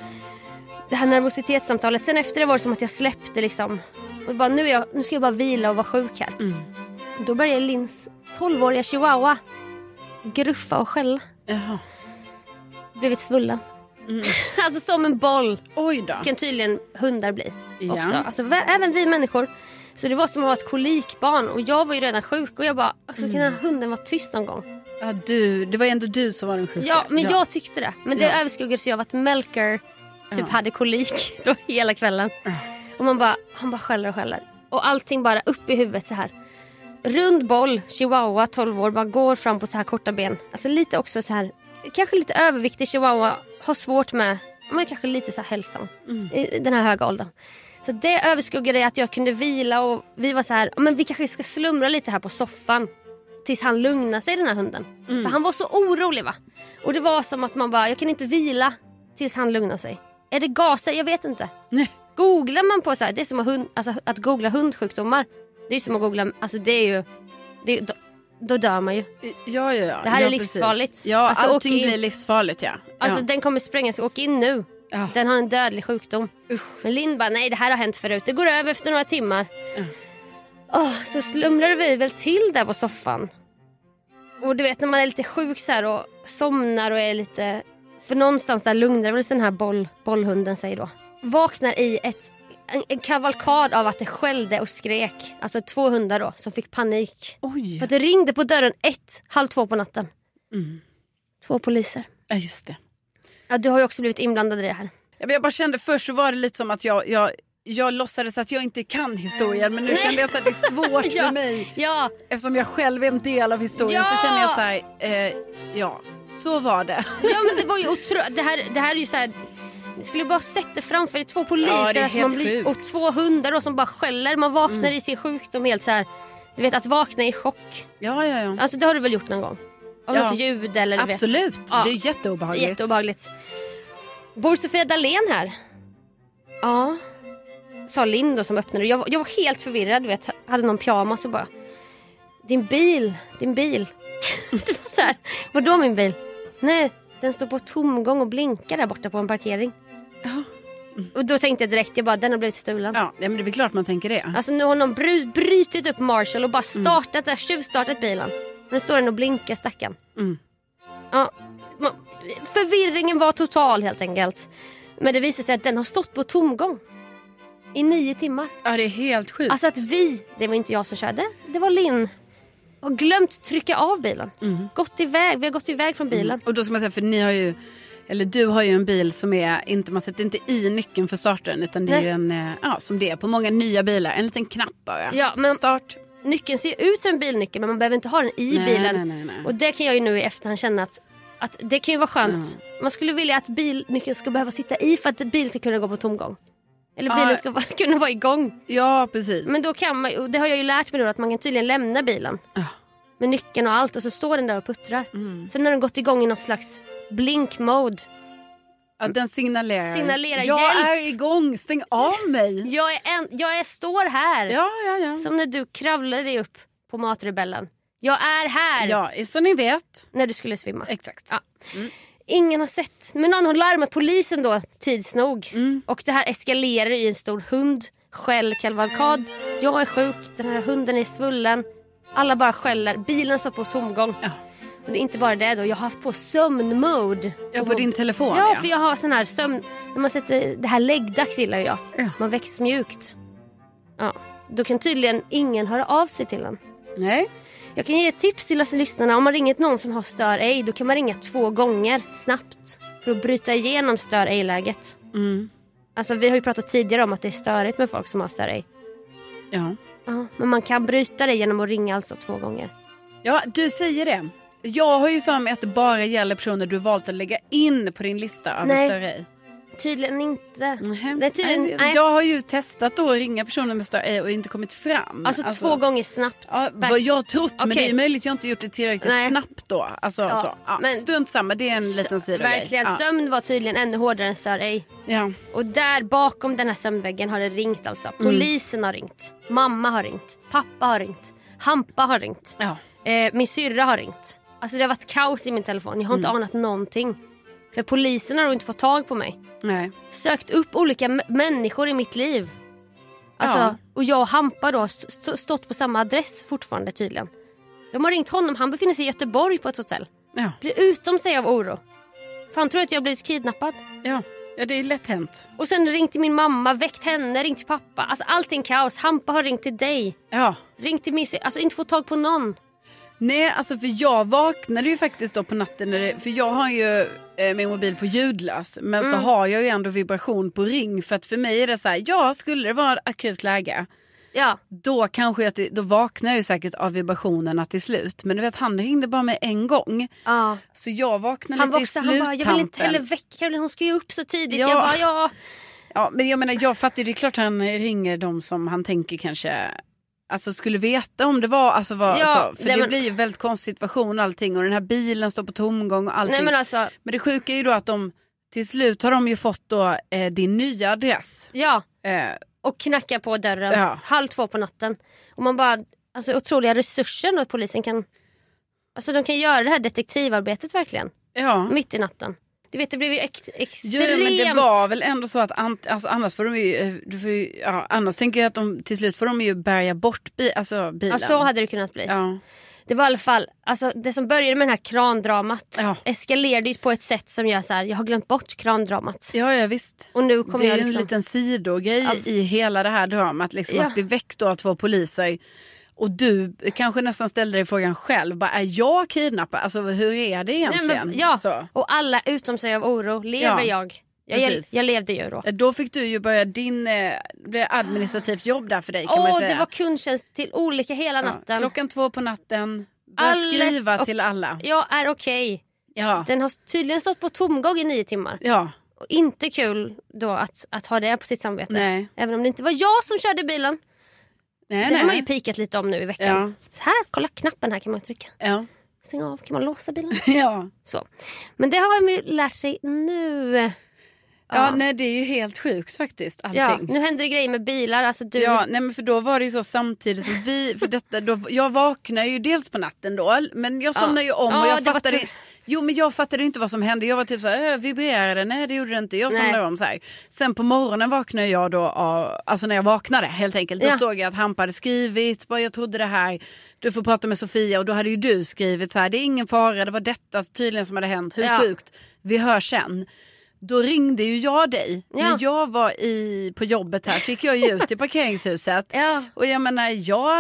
Speaker 1: det här nervositetssamtalet. Sen efter det var det som att jag släppte liksom. Och bara, nu, är jag, nu ska jag bara vila och vara sjuk här. Då började Lins 12-åriga chihuahua gruffa och skälla
Speaker 2: Jaha.
Speaker 1: blivit svullen. *laughs* alltså som en boll
Speaker 2: Oj då.
Speaker 1: kan tydligen hundar bli.
Speaker 2: Ja.
Speaker 1: Också. Alltså, vä- även vi människor. Så det var som att ha ett kolikbarn och jag var ju redan sjuk och jag bara, alltså, kan den här hunden vara tyst någon gång?
Speaker 2: Ja, du, det var ju ändå du som var den sjuka.
Speaker 1: Ja, men jag tyckte det. Men det
Speaker 2: Ja.
Speaker 1: överskuggades ju av att Melker typ
Speaker 2: Ja.
Speaker 1: hade kolik *laughs* då hela kvällen. Och man bara, han bara skäller och skäller. Och allting bara upp i huvudet så här. Rund boll, chihuahua, 12 år, bara går fram på så här korta ben. Alltså lite också så här, kanske lite överviktig chihuahua, har svårt med, men kanske lite så här hälsan
Speaker 2: Mm.
Speaker 1: i i den här höga åldern. Så det överskuggade att jag kunde vila och vi var så här, men vi kanske ska slumra lite här på soffan. Tills han lugnar sig den här hunden. För han var så orolig va. Och det var som att man bara, jag kan inte vila tills han lugnar sig. Är det gaser? Jag vet inte.
Speaker 2: Nej.
Speaker 1: Googlar man på så här, det är som att, hund, alltså, att googla hundsjukdomar. Det är som att googla, alltså det är ju, det, är- då, då dör man ju.
Speaker 2: Ja, ja, ja.
Speaker 1: Det här är
Speaker 2: ja,
Speaker 1: livsfarligt.
Speaker 2: Precis. Ja,
Speaker 1: Alltså,
Speaker 2: allting
Speaker 1: åk in.
Speaker 2: blir livsfarligt ja.
Speaker 1: Alltså
Speaker 2: ja.
Speaker 1: den kommer sprängas, åk in nu.
Speaker 2: Ja.
Speaker 1: Den har en dödlig sjukdom.
Speaker 2: Usch.
Speaker 1: Men Linn bara, nej det här har hänt förut, det går över efter några timmar. Åh, så slumrade vi väl till där på soffan. Och du vet när man är lite sjuk så här och somnar och är lite... För någonstans där lugnar väl sig den här boll, bollhunden sig då. Vaknar i ett, en, en kavalkad av att det skällde och skrek. Alltså två hundar då som fick panik.
Speaker 2: Oj.
Speaker 1: För att det ringde på dörren ett, halv två på natten. Två poliser.
Speaker 2: Ja, just det.
Speaker 1: Ja, du har ju också blivit inblandad i det här.
Speaker 2: Ja, men Jag bara kände först så var det lite som att jag, jag, jag låtsades att jag inte kan historien men nu kände jag så att det är svårt
Speaker 1: *laughs*
Speaker 2: för mig.
Speaker 1: Ja,
Speaker 2: Eftersom jag själv är en del av historien
Speaker 1: Ja!
Speaker 2: så känner jag så här, eh, ja, så var det.
Speaker 1: ja men det var ju otroligt. Det här, det här är ju så här... Ni skulle ju bara sett det framför er. Två poliser
Speaker 2: Ja, det är
Speaker 1: alltså,
Speaker 2: helt
Speaker 1: man blir,
Speaker 2: sjukt. Mm.
Speaker 1: och två hundar då, som bara skäller. Man vaknar i sin sjukdom helt så här. Du vet att vakna i chock.
Speaker 2: Ja, ja, ja.
Speaker 1: Alltså det har du väl gjort någon gång? Av
Speaker 2: Ja.
Speaker 1: något ljud eller du
Speaker 2: Absolut,
Speaker 1: Ja.
Speaker 2: det är
Speaker 1: vet.
Speaker 2: jätteobehagligt.
Speaker 1: Jätteobehagligt. Bor Sofia Dalén här? Ja. Sa Linn då som öppnade. Jag, var- jag var helt förvirrad du vet. Hade någon pyjamas och bara. Din bil, din bil. *laughs* det var så här. Vadå min bil? Nej, den står på tomgång och blinkar där borta på en parkering.
Speaker 2: Ja.
Speaker 1: Och då tänkte jag direkt, jag bara den har blivit stulen.
Speaker 2: Ja, nej, men det är väl klart man tänker det.
Speaker 1: Alltså nu har någon bry- brytit upp Marshall och bara
Speaker 2: Mm.
Speaker 1: startat där, tjuvstartat bilen. Nu står den och blinkar stackarn.
Speaker 2: Mm.
Speaker 1: Ja, ma- förvirringen var total helt enkelt. Men det visade sig att den har stått på tomgång i nio timmar.
Speaker 2: Ja, det är helt sjukt.
Speaker 1: Alltså att vi, det var inte jag som körde, det var Linn. Har glömt trycka av bilen.
Speaker 2: Mm.
Speaker 1: Gått iväg, vi har gått iväg från bilen.
Speaker 2: Och då ska man säga, för ni har ju, eller du har ju en bil som är, inte, man sätter inte i nyckeln för starten utan det är ju
Speaker 1: Nej.
Speaker 2: en, eh, ja som det är på många nya bilar, en liten knapp bara.
Speaker 1: Ja, men-
Speaker 2: Start.
Speaker 1: Nyckeln ser ut som en bilnyckel men man behöver inte ha den i
Speaker 2: Nej,
Speaker 1: bilen.
Speaker 2: nej, nej, nej.
Speaker 1: Och det kan jag ju nu i efterhand känna att, att det kan ju vara skönt.
Speaker 2: Mm.
Speaker 1: Man skulle vilja att bilnyckeln ska behöva sitta i för att bilen ska kunna gå på tomgång. Eller bilen
Speaker 2: Ja.
Speaker 1: ska vara, *laughs* kunna vara igång.
Speaker 2: Ja, precis.
Speaker 1: Men då kan man ju- och det har jag ju lärt mig nu att man kan tydligen lämna bilen.
Speaker 2: Ja. Mm.
Speaker 1: Med nyckeln och allt och så står den där och puttrar. Sen har den gått igång i något slags blink-mode.
Speaker 2: Att den signalerar.
Speaker 1: Signalerar
Speaker 2: jag
Speaker 1: hjälp.
Speaker 2: är igång, stäng av
Speaker 1: *laughs*
Speaker 2: mig.
Speaker 1: Jag, är en, jag är, står här!
Speaker 2: Ja, ja, ja.
Speaker 1: Som när du kravlade dig upp på matrebellen. Jag är här!
Speaker 2: Ja, så ni vet.
Speaker 1: När du skulle svimma.
Speaker 2: Exakt. Mm.
Speaker 1: Ja. Ingen har sett. Men någon har larmat polisen då tids nog.
Speaker 2: Mm.
Speaker 1: Och det här eskalerar i en stor hund. Skäll kavalkad. Jag är sjuk, den här hunden är svullen. Alla bara skäller. Bilen står på tomgång.
Speaker 2: Ja.
Speaker 1: Och det är inte bara det då. Jag har haft på sömnmode.
Speaker 2: Ja, på din telefon
Speaker 1: Ja, för jag har sån här sömn... När man sätter... Det här läggdags gillar ju jag.
Speaker 2: Ja.
Speaker 1: Man väcks mjukt. Ja. Då kan tydligen ingen höra av sig till en.
Speaker 2: Nej.
Speaker 1: Jag kan ge ett tips till oss lyssnarna. Om man ringer någon som har stör ej, då kan man ringa två gånger snabbt för att bryta igenom stör ej-läget.
Speaker 2: Mm.
Speaker 1: Alltså, vi har ju pratat tidigare om att det är störigt med folk som har stör ej.
Speaker 2: Ja.
Speaker 1: Ja, men man kan bryta det genom att ringa alltså två gånger.
Speaker 2: ja, du säger det. Jag har ju för mig att det bara gäller personer du valt att lägga in på din lista över
Speaker 1: Nej.
Speaker 2: större i.
Speaker 1: Tydligen inte.
Speaker 2: Mm, Nej,
Speaker 1: Nej, tydligen- typ- nej.
Speaker 2: Jag har ju testat då att ringa personer med större i och inte kommit fram.
Speaker 1: Alltså, två gånger snabbt.
Speaker 2: Ja,
Speaker 1: Back-
Speaker 2: vad jag trott, men
Speaker 1: Okej.
Speaker 2: det är möjligt jag inte gjort det tillräckligt
Speaker 1: Nej.
Speaker 2: snabbt då. Alltså,
Speaker 1: Ja,
Speaker 2: så. Ja,
Speaker 1: men-
Speaker 2: Strunt samma, det är en liten sidogrej.
Speaker 1: Verkligen.
Speaker 2: Ja.
Speaker 1: Sömn var tydligen ännu hårdare än stör ej.
Speaker 2: Ja.
Speaker 1: Och där bakom den här sömnväggen har det ringt alltså.
Speaker 2: Mm.
Speaker 1: Polisen har ringt. Mamma har ringt. Pappa har ringt. Hampa har ringt.
Speaker 2: Ja.
Speaker 1: Eh, min syrra har ringt. Alltså det har varit kaos i min telefon. Jag har inte anat någonting. För polisen har då inte fått tag på mig.
Speaker 2: Nej.
Speaker 1: Sökt upp olika m- människor i mitt liv. Alltså,
Speaker 2: Ja.
Speaker 1: Och jag och Hampa då har st- st- stått på samma adress fortfarande tydligen. De har ringt honom. Han befinner sig i Göteborg på ett hotell.
Speaker 2: Ja.
Speaker 1: Blir utom sig av oro. För han tror att jag har blivit kidnappad.
Speaker 2: Ja. ja, det är lätt hänt.
Speaker 1: Och sen ringt till min mamma, väckt henne, ringt till pappa. Alltså allting kaos. Hampa har ringt till dig.
Speaker 2: Ja.
Speaker 1: Ringt till min sy- Alltså inte fått tag på någon.
Speaker 2: Nej, alltså för jag vaknade ju faktiskt då på natten, när det, för jag har ju eh, min mobil på ljudlös men
Speaker 1: Mm.
Speaker 2: så har jag ju ändå vibration på ring för att för mig är det så här, ja skulle det vara akut läge
Speaker 1: Ja.
Speaker 2: då kanske jag, till- då vaknar jag ju säkert av vibrationerna till slut men du vet han ringde bara mig en gång
Speaker 1: ja.
Speaker 2: så jag vaknade
Speaker 1: Han var också,
Speaker 2: lite i
Speaker 1: han
Speaker 2: sluttampen.
Speaker 1: bara, jag vill inte heller väcka Caroline, hon ska ju upp så tidigt.
Speaker 2: Ja.
Speaker 1: Jag bara, ja.
Speaker 2: Ja, men jag menar, jag fattar ju, det är klart han ringer de som han tänker kanske alltså, skulle veta om det var, alltså, vad,
Speaker 1: Ja,
Speaker 2: alltså, för
Speaker 1: nej,
Speaker 2: det
Speaker 1: men-
Speaker 2: blir ju väldigt konstig situation och allting och den här bilen står på tomgång och allting.
Speaker 1: Nej men alltså,
Speaker 2: Men det sjuka är ju då att de till slut har de ju fått då eh, din nya adress.
Speaker 1: ja.
Speaker 2: Eh,
Speaker 1: Och knacka på dörren
Speaker 2: Ja.
Speaker 1: halv två på natten. Och man bara, alltså otroliga resurser då att polisen kan, alltså de kan göra det här detektivarbetet verkligen.
Speaker 2: ja.
Speaker 1: Mitt i natten. Du vet det blev ju ex- extremt.
Speaker 2: Mm. Jo, men det var väl ändå så att an, alltså, annars får de ju, eh, du får ju ja, annars tänker jag att de till slut får de ju bärga bort bi, alltså, bilen.
Speaker 1: Ja, så hade det kunnat bli.
Speaker 2: ja.
Speaker 1: Det var i alla fall, alltså, det som började med det här krandramat
Speaker 2: Ja.
Speaker 1: eskalerade ju på ett sätt som gör så här, jag har glömt bort krandramat.
Speaker 2: ja, ja visst.
Speaker 1: Och nu kommer
Speaker 2: det är
Speaker 1: jag
Speaker 2: ju
Speaker 1: liksom...
Speaker 2: en liten sidogrej
Speaker 1: Ja.
Speaker 2: i hela det här dramat. Liksom,
Speaker 1: Ja.
Speaker 2: Att bli väckt då av två poliser Och du kanske nästan ställde dig frågan själv, bara, är jag kidnappad? Alltså hur är det egentligen?
Speaker 1: Nej, men, ja,
Speaker 2: Så.
Speaker 1: och alla utom sig av oro. Lever
Speaker 2: Ja,
Speaker 1: jag? Jag,
Speaker 2: precis.
Speaker 1: jag levde ju då.
Speaker 2: Eh, Då fick du ju börja din, eh, det administrativt jobb där för dig kan man
Speaker 1: Åh,
Speaker 2: säga.
Speaker 1: det var kundtjänst till olika hela
Speaker 2: Ja,
Speaker 1: natten.
Speaker 2: klockan två på natten, börja
Speaker 1: Alles
Speaker 2: skriva
Speaker 1: och-
Speaker 2: till alla.
Speaker 1: Jag är okej.
Speaker 2: Ja.
Speaker 1: Den har tydligen stått på tomgång i nio timmar.
Speaker 2: ja,
Speaker 1: Och inte kul då att, att ha det på sitt samvete.
Speaker 2: nej.
Speaker 1: Även om det inte var jag som körde bilen.
Speaker 2: nej,
Speaker 1: det har man
Speaker 2: nej.
Speaker 1: ju pikat lite om nu i veckan. Så här, kolla knappen här kan man trycka.
Speaker 2: Ja.
Speaker 1: *laughs* Stäng av, kan man låsa bilen? *laughs*
Speaker 2: Ja.
Speaker 1: Så. Men det har man ju lärt sig nu.
Speaker 2: Ja, nej det är ju helt sjukt faktiskt
Speaker 1: Ja,
Speaker 2: allting.
Speaker 1: nu händer det grejer med bilar. Alltså du,
Speaker 2: Ja, nej men för då var det ju så samtidigt som
Speaker 1: *laughs*
Speaker 2: vi, för detta, då, jag vaknar ju dels på natten då, men jag somnar ju om och
Speaker 1: Ja,
Speaker 2: jag
Speaker 1: det var typ-
Speaker 2: fattade,
Speaker 1: tur.
Speaker 2: jo men jag fattade inte vad som hände, jag var typ såhär, äh, vibrerade, nej det gjorde det inte, jag
Speaker 1: Nej.
Speaker 2: somnade om så här. Sen på morgonen vaknade jag då, av, alltså när jag vaknade helt enkelt, då
Speaker 1: Ja.
Speaker 2: såg jag att Hampa hade skrivit, bara jag trodde det här, du får prata med Sofia och då hade ju du skrivit så här, det är ingen fara, det var detta tydligen som hade hänt, hur
Speaker 1: Ja.
Speaker 2: sjukt, vi hörs sen. Då ringde ju jag dig.
Speaker 1: Ja.
Speaker 2: När jag var i, på jobbet här så gick jag ju
Speaker 1: *laughs*
Speaker 2: ut i parkeringshuset.
Speaker 1: Ja.
Speaker 2: Och jag menar, jag,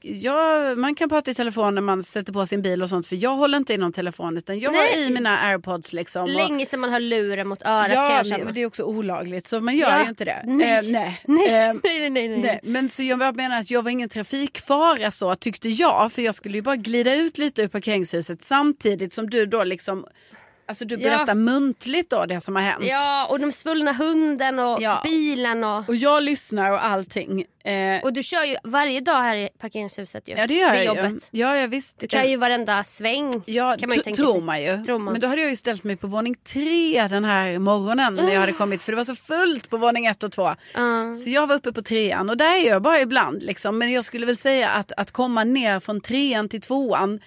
Speaker 2: jag, man kan prata i telefon när man sätter på sin bil och sånt för jag håller inte i någon telefon utan jag var
Speaker 1: Nej.
Speaker 2: i mina airpods liksom. och-
Speaker 1: Länge sedan man har luren mot örat kan
Speaker 2: Ja,
Speaker 1: jag
Speaker 2: men
Speaker 1: känna.
Speaker 2: men det är också olagligt så man gör
Speaker 1: Ja.
Speaker 2: ju inte det.
Speaker 1: Nej.
Speaker 2: Eh, nej.
Speaker 1: *laughs* Nej,
Speaker 2: Eh,
Speaker 1: nej, nej, nej.
Speaker 2: Nej, men så jag menar att jag var ingen trafikfara så tyckte jag för jag skulle ju bara glida ut lite ur parkeringshuset samtidigt som du då liksom Alltså du
Speaker 1: Ja.
Speaker 2: berättar muntligt då det som har hänt.
Speaker 1: Ja, och de svullna hunden och
Speaker 2: Ja.
Speaker 1: bilen och...
Speaker 2: Och jag lyssnar och allting. Eh,
Speaker 1: Och du kör ju varje dag här i parkeringshuset ju.
Speaker 2: ja det gör
Speaker 1: vid
Speaker 2: jag ju.
Speaker 1: jobbet.
Speaker 2: Ja, ja visst.
Speaker 1: Du kan ju varenda sväng.
Speaker 2: Ja,
Speaker 1: kan man ju
Speaker 2: tro-
Speaker 1: tänka
Speaker 2: tror
Speaker 1: sig.
Speaker 2: man ju.
Speaker 1: Tror man.
Speaker 2: Men då hade jag ju ställt mig på våning tre den här morgonen när jag hade kommit. För det var så fullt på våning ett och två.
Speaker 1: Ja.
Speaker 2: Så jag var uppe på trean och där är jag bara ibland. Liksom. Men jag skulle väl säga att, att komma ner från trean till tvåan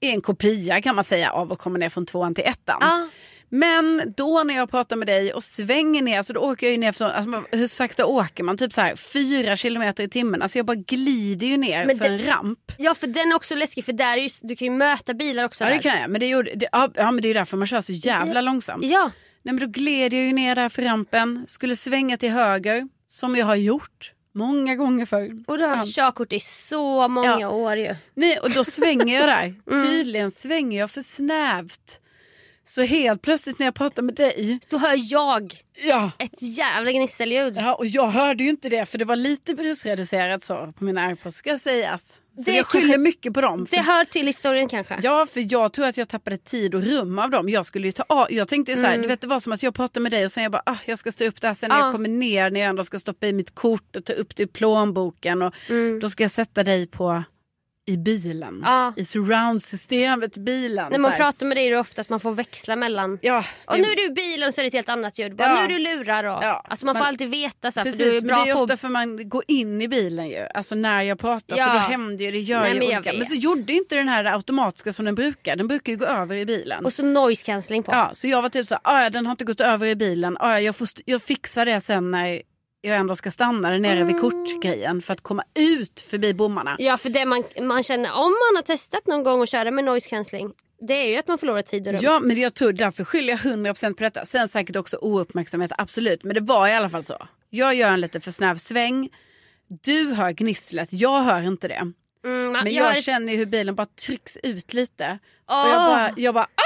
Speaker 2: är en kopia kan man säga av att komma ner från tvåan till ettan.
Speaker 1: Ja.
Speaker 2: Men då när jag pratar med dig och svänger ner, så då åker jag ju ner, för så, alltså, man- hur sakta åker man? Typ så här fyra kilometer i timmen. Alltså jag bara glider ju ner
Speaker 1: Men
Speaker 2: för
Speaker 1: det-
Speaker 2: en ramp.
Speaker 1: ja, för den är också läskig för där är ju, du kan ju möta bilar också.
Speaker 2: Ja det
Speaker 1: där.
Speaker 2: kan jag, men det, gjorde, det, ja, ja, men det är därför man kör så jävla långsamt.
Speaker 1: Ja,
Speaker 2: Nej, men då gled jag ju ner där för rampen, skulle svänga till höger, som jag har gjort många gånger förr.
Speaker 1: och du har haft körkort i så många
Speaker 2: Ja.
Speaker 1: år ju.
Speaker 2: Nej, och då svänger jag där.
Speaker 1: *laughs* Mm.
Speaker 2: Tydligen svänger jag för snävt. Så helt plötsligt när jag pratar med dig,
Speaker 1: Då hör jag
Speaker 2: ja,
Speaker 1: ett jävla gnisselljud.
Speaker 2: ja och jag hörde ju inte det för det var lite brusreducerat så på mina airpods ska sägas. Så
Speaker 1: Det
Speaker 2: jag skyller
Speaker 1: kanske-
Speaker 2: mycket på dem. för
Speaker 1: Det hör till historien kanske.
Speaker 2: Ja, för jag tror att jag tappade tid och rum av dem. Jag skulle ju ta av- Jag tänkte ju så här, du vet det var som att jag pratade med dig och sen jag bara, ah, jag ska stå upp där sen när jag
Speaker 1: Mm. Ja.
Speaker 2: kommer ner när jag ändå ska stoppa i mitt kort och ta upp det i plånboken och då ska jag sätta dig på i bilen,
Speaker 1: Mm. Ja.
Speaker 2: i surroundsystemet i bilen.
Speaker 1: När
Speaker 2: så
Speaker 1: man
Speaker 2: här.
Speaker 1: pratar med dig är det ofta att man får växla mellan.
Speaker 2: ja,
Speaker 1: Och
Speaker 2: det-
Speaker 1: nu är du i bilen så är det ett helt annat ljud. Bara,
Speaker 2: Ja.
Speaker 1: Nu är du lurar och...
Speaker 2: Ja.
Speaker 1: Alltså man får
Speaker 2: Man-
Speaker 1: alltid veta så här,
Speaker 2: Precis,
Speaker 1: för du är
Speaker 2: men det
Speaker 1: bra
Speaker 2: är ju
Speaker 1: på...
Speaker 2: ofta för man går in i bilen ju. Alltså när jag pratar så
Speaker 1: Ja.
Speaker 2: då händer ju det. Gör
Speaker 1: Nej,
Speaker 2: ju
Speaker 1: men jag
Speaker 2: olika. men
Speaker 1: vet.
Speaker 2: så gjorde inte den här automatiska som den brukar. Den brukar ju gå över i bilen.
Speaker 1: Och så noise cancelling på.
Speaker 2: Ja, så jag var typ så här, "Ah, ja, den har inte gått över i bilen. Ah, ja, jag, får st- jag fixar det sen när jag ändå ska stanna där nere
Speaker 1: Mm.
Speaker 2: vid kortgrejen för att komma ut förbi bommarna.
Speaker 1: Ja, för det man, man känner om man har testat någon gång att köra med noise cancelling, det är ju att man förlorar tid och rum.
Speaker 2: Ja, men jag tror därför skyller jag 100% på detta. Sen säkert också ouppmärksamhet, absolut. Men det var i alla fall så. Jag gör en lite för snäv sväng. Du hör gnisslet, jag hör inte det.
Speaker 1: Mm, man, jag
Speaker 2: Men jag,
Speaker 1: har-
Speaker 2: känner ju hur bilen bara trycks ut lite. Och jag bara, jag bara ah!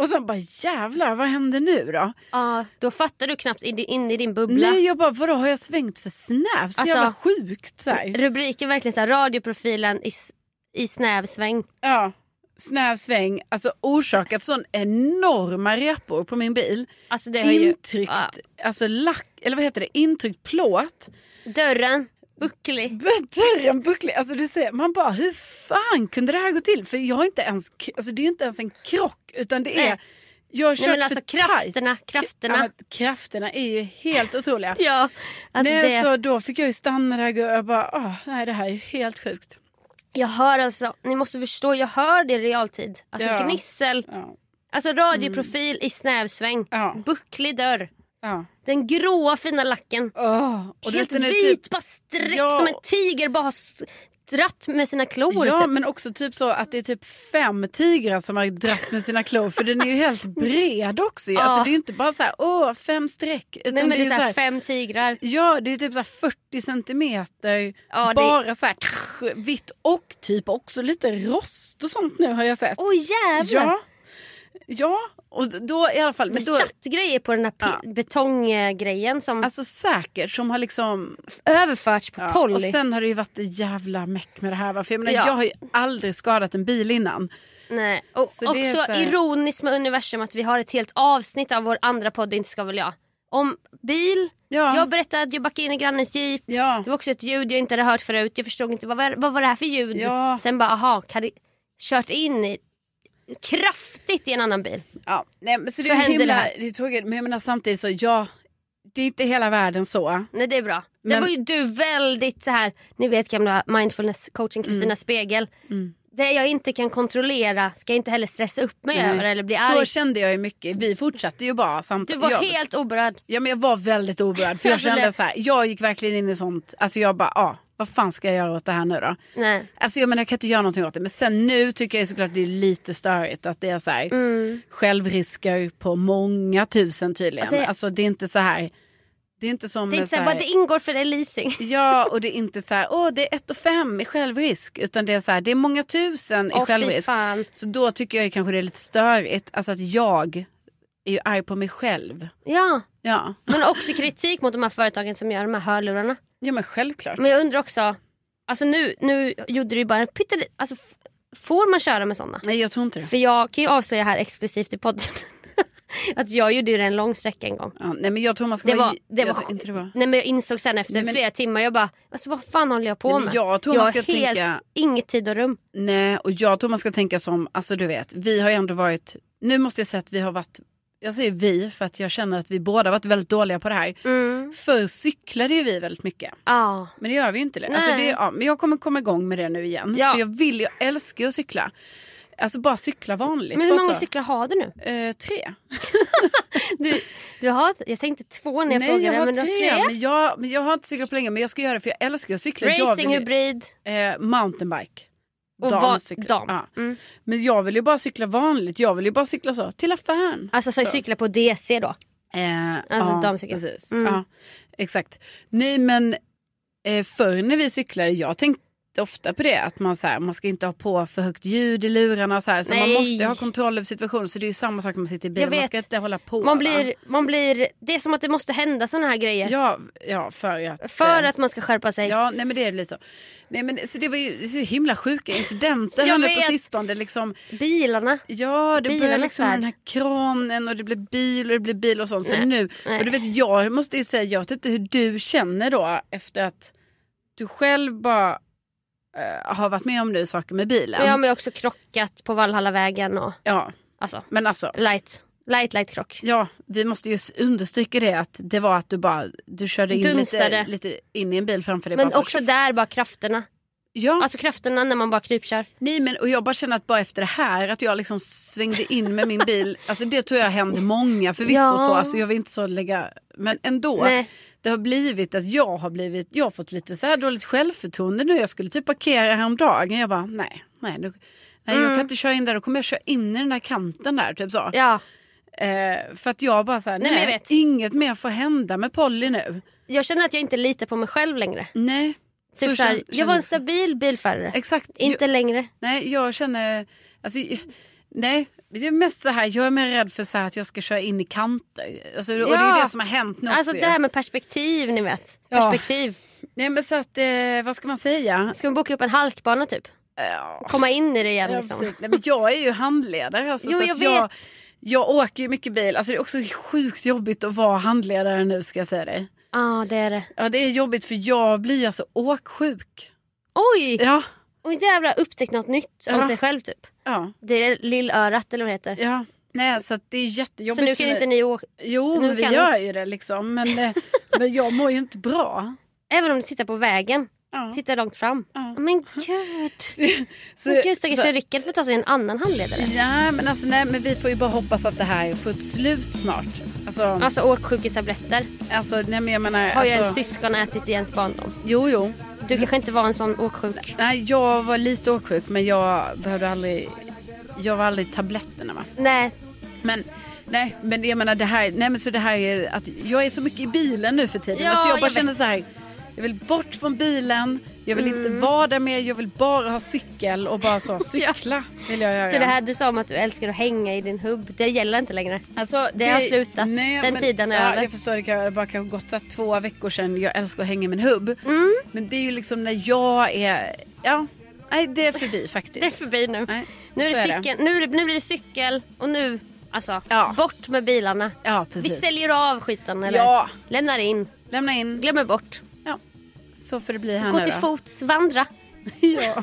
Speaker 2: Och sen bara jävlar, vad händer nu då?
Speaker 1: Ja, då fattar du knappt in, in i din bubbla.
Speaker 2: Nej, jag bara vadå har jag svängt för snävt? Så
Speaker 1: Alltså-
Speaker 2: jävla sjukt så här.
Speaker 1: Rubriken verkligen så här, radioprofilen i, s- i snäv sväng.
Speaker 2: Ja, snäv sväng. Alltså orsakat sån enorma repor på min bil.
Speaker 1: Alltså det har ju...
Speaker 2: Intryckt,
Speaker 1: Ja.
Speaker 2: alltså lack, eller vad heter det? Intryckt plåt.
Speaker 1: Dörren,
Speaker 2: *laughs*
Speaker 1: bucklig.
Speaker 2: Men Dörren bucklig. Alltså du ser, man bara hur fan kunde det här gå till? För jag har inte ens, k- alltså det är inte ens en krock utan det är,
Speaker 1: Nej.
Speaker 2: jag har
Speaker 1: Nej,
Speaker 2: kört
Speaker 1: men alltså
Speaker 2: för tajt.
Speaker 1: krafterna, krafterna.
Speaker 2: Ja, men krafterna är ju helt otroliga.
Speaker 1: Ja, alltså
Speaker 2: nej,
Speaker 1: det,
Speaker 2: så då fick jag ju stanna där och jag bara, ah, nej det här är ju helt sjukt.
Speaker 1: Jag hör alltså, ni måste förstå, jag hör det i realtid. Alltså
Speaker 2: Ja.
Speaker 1: gnissel,
Speaker 2: Ja,
Speaker 1: alltså radioprofil
Speaker 2: Mm.
Speaker 1: i snäv sväng.
Speaker 2: Ja.
Speaker 1: Bucklig dörr.
Speaker 2: ja.
Speaker 1: Den gråa fina lacken.
Speaker 2: Åh, och du
Speaker 1: Helt
Speaker 2: vet, den är
Speaker 1: vit,
Speaker 2: typ-
Speaker 1: bara sträckt
Speaker 2: Ja.
Speaker 1: som en tiger. Bara har s- dratt med sina klor.
Speaker 2: Ja,
Speaker 1: typ.
Speaker 2: men också typ så att det är typ fem tigrar som har dratt med sina klor för den är ju
Speaker 1: *laughs*
Speaker 2: helt bred också. ju. Alltså,
Speaker 1: Ja.
Speaker 2: det är ju inte bara så här, åh, fem streck. Utan
Speaker 1: Nej, men det är
Speaker 2: ju
Speaker 1: så här,
Speaker 2: så här,
Speaker 1: fem tigrar.
Speaker 2: Ja, det är typ så här 40 centimeter,
Speaker 1: Ja, det-
Speaker 2: bara så här krsch, vitt och typ också lite rost och sånt nu har jag sett.
Speaker 1: Åh jävlar!
Speaker 2: ja, ja, och då i alla fall.
Speaker 1: det
Speaker 2: Men då,
Speaker 1: satt grejer på den här pe- betonggrejen som
Speaker 2: alltså säkert som har liksom
Speaker 1: överförts på
Speaker 2: Ja,
Speaker 1: Polly.
Speaker 2: Och sen har det ju varit ett jävla meck med det här. va? För jag, menar,
Speaker 1: Ja.
Speaker 2: jag har ju aldrig skadat en bil innan.
Speaker 1: Nej. Och
Speaker 2: Så det är
Speaker 1: också
Speaker 2: så här-
Speaker 1: ironiskt med universum att vi har ett helt avsnitt av vår andra podd Inte ska väl jag. Om bil,
Speaker 2: Ja.
Speaker 1: jag berättade att jag backade in i grannens jeep.
Speaker 2: Ja.
Speaker 1: Det var också ett ljud jag inte hade hört förut. Jag förstod inte vad, var- vad var det här för ljud.
Speaker 2: Ja.
Speaker 1: Sen bara aha, hade kört in i, kraftigt i en annan bil.
Speaker 2: Ja. Nej, men så det
Speaker 1: Så
Speaker 2: är
Speaker 1: händer
Speaker 2: himla
Speaker 1: det här.
Speaker 2: det är tråkigt. Men jag menar samtidigt så, ja, det är inte hela världen så.
Speaker 1: Nej det är bra. Det
Speaker 2: Men-
Speaker 1: var ju du väldigt så här, ni vet gamla mindfulness
Speaker 2: Mm.
Speaker 1: coachen Kristina Spegel. Det jag inte kan kontrollera ska jag inte heller stressa upp mig över eller bli
Speaker 2: Mm. så
Speaker 1: arg.
Speaker 2: kände jag ju mycket. Vi fortsatte ju bara
Speaker 1: Du
Speaker 2: samtal.
Speaker 1: var
Speaker 2: jag,
Speaker 1: helt oberörd.
Speaker 2: ja, men jag var väldigt oberörd. *laughs* För jag
Speaker 1: Alltså,
Speaker 2: kände
Speaker 1: det-
Speaker 2: så här, jag gick verkligen in i sånt. Alltså jag bara, ja, vad fan ska jag göra åt det här nu då?
Speaker 1: Nej.
Speaker 2: Alltså jag menar jag kan inte göra någonting åt det. Men sen nu tycker jag ju såklart det är lite störigt att det är så här
Speaker 1: Mm.
Speaker 2: självrisker på många tusen tydligen.
Speaker 1: Ja, det-
Speaker 2: Alltså det är inte så här. Det är inte som
Speaker 1: Tänk
Speaker 2: så
Speaker 1: såhär,
Speaker 2: här,
Speaker 1: bara det ingår för dig leasing.
Speaker 2: Ja och det är inte så här, åh det är ett och fem i självrisk. Utan det är så här, det är många tusen
Speaker 1: Åh
Speaker 2: i
Speaker 1: fy
Speaker 2: självrisk.
Speaker 1: fan.
Speaker 2: Så då tycker jag ju kanske det är lite störigt. Alltså att jag är ju arg på mig själv.
Speaker 1: Ja,
Speaker 2: Ja,
Speaker 1: men också kritik mot de här företagen som gör de här hörlurarna.
Speaker 2: ja men självklart.
Speaker 1: Men jag undrar också, alltså nu, nu gjorde du ju bara en pytteliten, alltså f- får man köra med sådana?
Speaker 2: Nej jag tror inte det.
Speaker 1: För jag kan ju avslöja här exklusivt i podden *laughs* att jag gjorde ju en lång sträcka en gång.
Speaker 2: Ja, nej men jag tror man ska
Speaker 1: Det
Speaker 2: vara...
Speaker 1: var, det
Speaker 2: jag
Speaker 1: var,
Speaker 2: tror inte det var...
Speaker 1: Nej, men jag insåg sen efter
Speaker 2: Nej, men-
Speaker 1: flera timmar, jag bara alltså, vad fan håller jag på
Speaker 2: Nej, men
Speaker 1: med?
Speaker 2: jag tror man
Speaker 1: har
Speaker 2: ska
Speaker 1: helt
Speaker 2: tänka-
Speaker 1: inget tid och rum.
Speaker 2: Nej, och jag tror man ska tänka som, alltså du vet, vi har ju ändå varit, nu måste jag säga att vi har varit, jag säger vi för att jag känner att vi båda har varit väldigt dåliga på det här.
Speaker 1: Mm.
Speaker 2: Förr cyklade ju vi väldigt mycket,
Speaker 1: Ah.
Speaker 2: men det gör vi ju inte längre. Alltså
Speaker 1: Nej.
Speaker 2: det, ja, men jag kommer komma igång med det nu igen,
Speaker 1: Ja.
Speaker 2: för jag vill, jag älskar ju att cykla. Alltså bara cykla vanligt.
Speaker 1: Men hur
Speaker 2: bara
Speaker 1: många
Speaker 2: så.
Speaker 1: cyklar har du nu?
Speaker 2: Eh, tre.
Speaker 1: Du, du har, jag tänkte två när jag
Speaker 2: Nej
Speaker 1: frågade
Speaker 2: jag har
Speaker 1: men du
Speaker 2: tre,
Speaker 1: har tre.
Speaker 2: Men, jag, men jag har inte cyklat på länge men jag ska göra det för jag älskar att cykla. jag
Speaker 1: Racing,
Speaker 2: vill, ju-
Speaker 1: hybrid
Speaker 2: eh, mountainbike.
Speaker 1: och
Speaker 2: Damcykel.
Speaker 1: vad? Dam.
Speaker 2: Ja.
Speaker 1: Mm.
Speaker 2: Men jag vill ju bara cykla vanligt, jag vill ju bara cykla så, till affären.
Speaker 1: Alltså så jag cyklar på DC då.
Speaker 2: Eh,
Speaker 1: Alltså damcykel.
Speaker 2: Precis.
Speaker 1: Mm.
Speaker 2: Ja, exakt. Nej men eh, förr när vi cyklade, jag tänkte ofta på det att man, så här, man ska inte ha på för högt ljud i lurarna och så, här, så man
Speaker 1: Nej.
Speaker 2: måste ha kontroll över situationen. Så det är ju samma sak när man sitter i bilen,
Speaker 1: Jag
Speaker 2: man
Speaker 1: vet.
Speaker 2: ska inte hålla på.
Speaker 1: Man
Speaker 2: va?
Speaker 1: blir, man blir, det är som att det måste hända såna här grejer
Speaker 2: Ja, ja för att...
Speaker 1: för
Speaker 2: eh,
Speaker 1: att man ska skärpa sig.
Speaker 2: Ja, nej men det är lite så. Nej, men, så det var ju det är så himla sjuka incidenter
Speaker 1: Jag
Speaker 2: här nu på
Speaker 1: vet.
Speaker 2: sistone. Liksom,
Speaker 1: Bilarna.
Speaker 2: Ja, det började
Speaker 1: Bilarnas
Speaker 2: liksom med
Speaker 1: värld.
Speaker 2: den här kranen och det blev bil och det blev bil och sånt. Så
Speaker 1: Nej,
Speaker 2: nu,
Speaker 1: nej.
Speaker 2: och du vet, jag måste ju säga, jag vet inte hur du känner då efter att du själv bara eh, har varit med om nu saker med bilen.
Speaker 1: Ja, men jag har också krockat på Valhallavägen och
Speaker 2: Ja,
Speaker 1: alltså
Speaker 2: men alltså,
Speaker 1: light, light, light krock.
Speaker 2: ja, vi måste ju s- understryka det att det var att du bara du körde in lite,
Speaker 1: Dunsade.
Speaker 2: lite in i en bil framför dig.
Speaker 1: Men
Speaker 2: bara så,
Speaker 1: också
Speaker 2: tjoff.
Speaker 1: där bara krafterna.
Speaker 2: Ja,
Speaker 1: Alltså krafterna när man bara krypkör.
Speaker 2: nej, men, och jag bara känner att bara efter det här att jag liksom svängde in med min bil. Alltså det tror jag hände många förvisso
Speaker 1: Ja.
Speaker 2: så. Alltså jag vill inte så lägga, men ändå.
Speaker 1: Nej.
Speaker 2: det har blivit att jag har blivit, jag har fått lite så här dåligt självförtroende nu. Jag skulle typ parkera häromdagen. Jag bara nej, nej, nu, nej jag kan inte köra in där. Då kommer jag köra in i den där kanten där. Typ så.
Speaker 1: Mm. Ja,
Speaker 2: Eh, för att jag bara så här,
Speaker 1: Nej,
Speaker 2: nej,
Speaker 1: men jag vet.
Speaker 2: inget mer får hända med Polly nu.
Speaker 1: jag känner att jag inte litar på mig själv längre.
Speaker 2: Nej.
Speaker 1: Typ så
Speaker 2: kän-
Speaker 1: här, jag
Speaker 2: känner
Speaker 1: var en
Speaker 2: också.
Speaker 1: stabil bilförare.
Speaker 2: Exakt.
Speaker 1: Inte längre.
Speaker 2: Nej, jag känner... Alltså, j- nej, det är mest så här, jag är mer rädd för så här att jag ska köra in i kanter. Alltså, Och det är ju
Speaker 1: Ja.
Speaker 2: det som har hänt nu
Speaker 1: Alltså
Speaker 2: också.
Speaker 1: det här med perspektiv ni vet.
Speaker 2: Ja.
Speaker 1: Perspektiv.
Speaker 2: Nej, men så att, eh, vad ska man säga?
Speaker 1: Ska man boka upp en halkbana typ?
Speaker 2: Ja,
Speaker 1: Komma in i det igen
Speaker 2: ja,
Speaker 1: liksom.
Speaker 2: precis. Nej, men jag är ju handledare. Alltså,
Speaker 1: Jo
Speaker 2: så
Speaker 1: jag
Speaker 2: att jag,
Speaker 1: vet.
Speaker 2: jag åker ju mycket bil. Alltså, det är också sjukt jobbigt att vara handledare nu ska jag säga dig.
Speaker 1: Ja det är det.
Speaker 2: Ja, det är jobbigt för jag blir ju alltså åksjuk.
Speaker 1: Oj!
Speaker 2: Ja,
Speaker 1: Och jävlar upptäckt något nytt om
Speaker 2: Ja.
Speaker 1: sig själv typ.
Speaker 2: ja,
Speaker 1: Det är lillörat eller vad det heter.
Speaker 2: ja. Nej, så att det är jättejobbigt.
Speaker 1: så nu
Speaker 2: för
Speaker 1: kan
Speaker 2: mig.
Speaker 1: inte ni åka.
Speaker 2: Jo,
Speaker 1: nu
Speaker 2: men vi
Speaker 1: kan ni-
Speaker 2: gör ju det liksom. Men, eh, men jag mår ju inte bra.
Speaker 1: Även om du tittar på vägen.
Speaker 2: Ja.
Speaker 1: Titta långt fram.
Speaker 2: Ja.
Speaker 1: Men gud.
Speaker 2: Ah. *laughs* Så,
Speaker 1: Men gud stackars
Speaker 2: så,
Speaker 1: Rickard får ta sig en annan handledare.
Speaker 2: ja, men alltså, nej, men vi får ju bara hoppas att det här får ett slut snart. Alltså,
Speaker 1: Alltså åksjuketabletter
Speaker 2: alltså nej, men jag menar...
Speaker 1: har ju
Speaker 2: alltså,
Speaker 1: ens syskon ätit i ens barndom.
Speaker 2: Jo, jo.
Speaker 1: Du kanske inte var en sån åksjuk.
Speaker 2: Nej, jag var lite åksjuk men jag behövde aldrig... Jag var aldrig i tabletterna va.
Speaker 1: Nej,
Speaker 2: Men nej, men jag menar det här, nej men så det här är att jag är så mycket i bilen nu för tiden.
Speaker 1: Ja,
Speaker 2: alltså jag bara
Speaker 1: jag vet.
Speaker 2: känner så här, jag vill bort från bilen, jag vill inte
Speaker 1: Mm.
Speaker 2: vara där mer, jag vill bara ha cykel
Speaker 1: *laughs*
Speaker 2: och bara så cykla vill jag göra.
Speaker 1: så det här du sa om att du älskar att hänga i din hubb, det gäller inte längre.
Speaker 2: Alltså,
Speaker 1: Det har slutat. Den tiden är
Speaker 2: ja,
Speaker 1: över.
Speaker 2: Jag förstår, det kan bara kanske gått så här, två veckor sedan jag älskar att hänga i min hubb.
Speaker 1: Mm.
Speaker 2: Men det är ju liksom när jag är, ja, nej det är förbi faktiskt.
Speaker 1: Det är förbi nu.
Speaker 2: Nej,
Speaker 1: nu, är
Speaker 2: så
Speaker 1: det
Speaker 2: är det.
Speaker 1: cykel, nu, är det, nu blir det cykel och nu, alltså,
Speaker 2: Ja.
Speaker 1: bort med bilarna.
Speaker 2: Ja,
Speaker 1: Vi
Speaker 2: precis.
Speaker 1: säljer av skiten eller
Speaker 2: Ja.
Speaker 1: lämnar in,
Speaker 2: Lämna in,
Speaker 1: glömmer bort.
Speaker 2: ja. Så får det bli här
Speaker 1: Gå
Speaker 2: nu
Speaker 1: till
Speaker 2: då.
Speaker 1: fots, vandra,
Speaker 2: ja.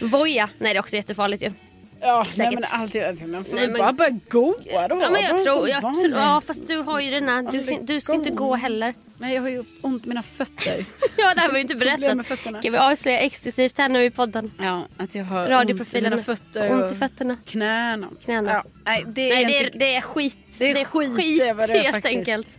Speaker 1: voja. Nej det är också jättefarligt ju.
Speaker 2: Ja, nej,
Speaker 1: Säkert.
Speaker 2: men alltid, alltså, man får
Speaker 1: Nej,
Speaker 2: väl
Speaker 1: men-
Speaker 2: bara börja gå då.
Speaker 1: Ja, men jag
Speaker 2: Vad
Speaker 1: tror,
Speaker 2: fan
Speaker 1: jag
Speaker 2: var
Speaker 1: tror,
Speaker 2: det?
Speaker 1: ja fast du har ju den här, du,
Speaker 2: Aldrig
Speaker 1: du ska inte gå heller. *laughs*
Speaker 2: Nej, jag har ju ont i mina fötter.
Speaker 1: Ja det här var ju inte
Speaker 2: Problem med
Speaker 1: berättat.
Speaker 2: fötterna.
Speaker 1: Kan vi avslöja exklusivt här nu i podden?
Speaker 2: ja, att jag har ont i
Speaker 1: Radioprofilen.
Speaker 2: mina fötter
Speaker 1: Ont i fötterna.
Speaker 2: knäna.
Speaker 1: Knäna.
Speaker 2: Ja, nej, det är,
Speaker 1: Nej det är,
Speaker 2: inte...
Speaker 1: det är skit.
Speaker 2: Det är skit, det är vad det är
Speaker 1: helt
Speaker 2: faktiskt.
Speaker 1: enkelt.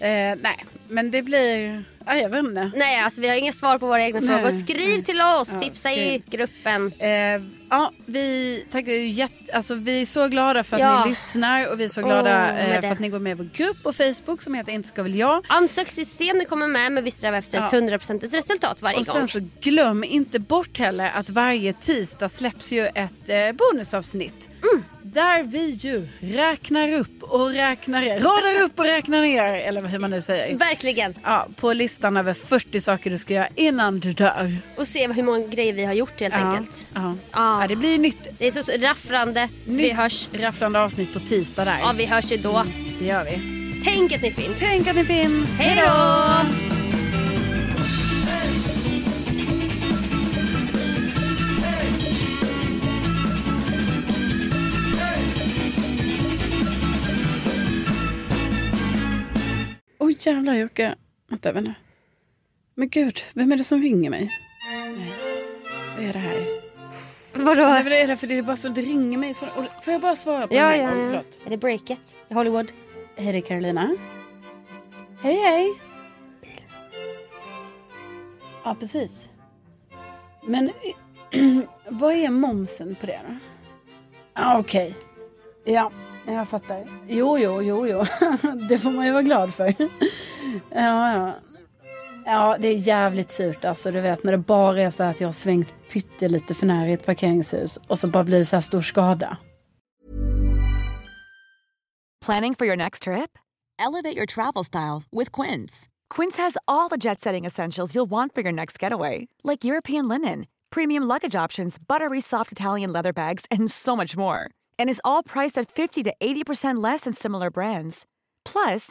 Speaker 2: Eh, nej, men det blir... Aj, jag vet inte.
Speaker 1: Nej alltså vi har inga svar på våra egna
Speaker 2: Nej,
Speaker 1: frågor. Skriv till oss,
Speaker 2: Ja,
Speaker 1: tipsa i
Speaker 2: skriv.
Speaker 1: gruppen.
Speaker 2: Eh, ja, vi tackar ju jätte... Alltså vi är så glada för att
Speaker 1: Ja.
Speaker 2: ni lyssnar och vi är så
Speaker 1: Åh,
Speaker 2: glada
Speaker 1: med
Speaker 2: eh,
Speaker 1: det.
Speaker 2: för att ni går med i vår grupp på Facebook som heter Inte ska väl jag.
Speaker 1: Ansök så se om ni kommer med men vi strävar efter
Speaker 2: Ja.
Speaker 1: ett 100% resultat varje
Speaker 2: Och
Speaker 1: gång.
Speaker 2: sen så glöm inte bort heller att varje tisdag släpps ju ett eh, bonusavsnitt.
Speaker 1: Mm.
Speaker 2: Där vi ju räknar upp och räknar ner, radar upp och räknar ner, eller hur man nu säger.
Speaker 1: Verkligen.
Speaker 2: Ja, på listan över 40 saker du ska göra innan du dör.
Speaker 1: Och se hur många grejer vi har gjort helt
Speaker 2: Ja,
Speaker 1: enkelt.
Speaker 2: ja.
Speaker 1: Ja.
Speaker 2: Ja, det blir nytt,
Speaker 1: Det är så så raffrande. Så vi
Speaker 2: nytt
Speaker 1: hörs.
Speaker 2: rafflande avsnitt på tisdag där.
Speaker 1: Ja vi hörs ju då.
Speaker 2: Det gör vi.
Speaker 1: Tänk att ni finns.
Speaker 2: Tänk att ni finns.
Speaker 1: Hej då!
Speaker 2: Oj jävlar Jocke. Vänta, vänta. Men gud, vem är det som ringer mig? Nej. Vad är det här? Nej,
Speaker 1: Vadå?
Speaker 2: men det är det för det är bara så det ringer mig. Så, och, får jag bara svara på
Speaker 1: Ja,
Speaker 2: den
Speaker 1: ja,
Speaker 2: här? Oj,
Speaker 1: ja.
Speaker 2: förlåt.
Speaker 1: Är det breaket? Hollywood?
Speaker 2: Hej det är Carolina. Hej hej. Ja precis. Men *clears throat* vad är momsen på det då? Ah, Okej. Ja, jag fattar. Jo, jo, jo, jo. *laughs* det får man ju vara glad för. *laughs* ja, ja. Ja, det är jävligt surt alltså. Du vet när det bara är så här att jag har svängt pyttelite för nära i ett parkeringshus och så bara blir det så här stor skada.
Speaker 3: Planning for your next trip? Elevate your travel style with Quince. Quince has all the jet setting essentials you'll want for your next getaway, like European linen, premium luggage options, buttery soft Italian leather bags, and so much more. And is all priced at 50 to 80% less than similar brands. Plus,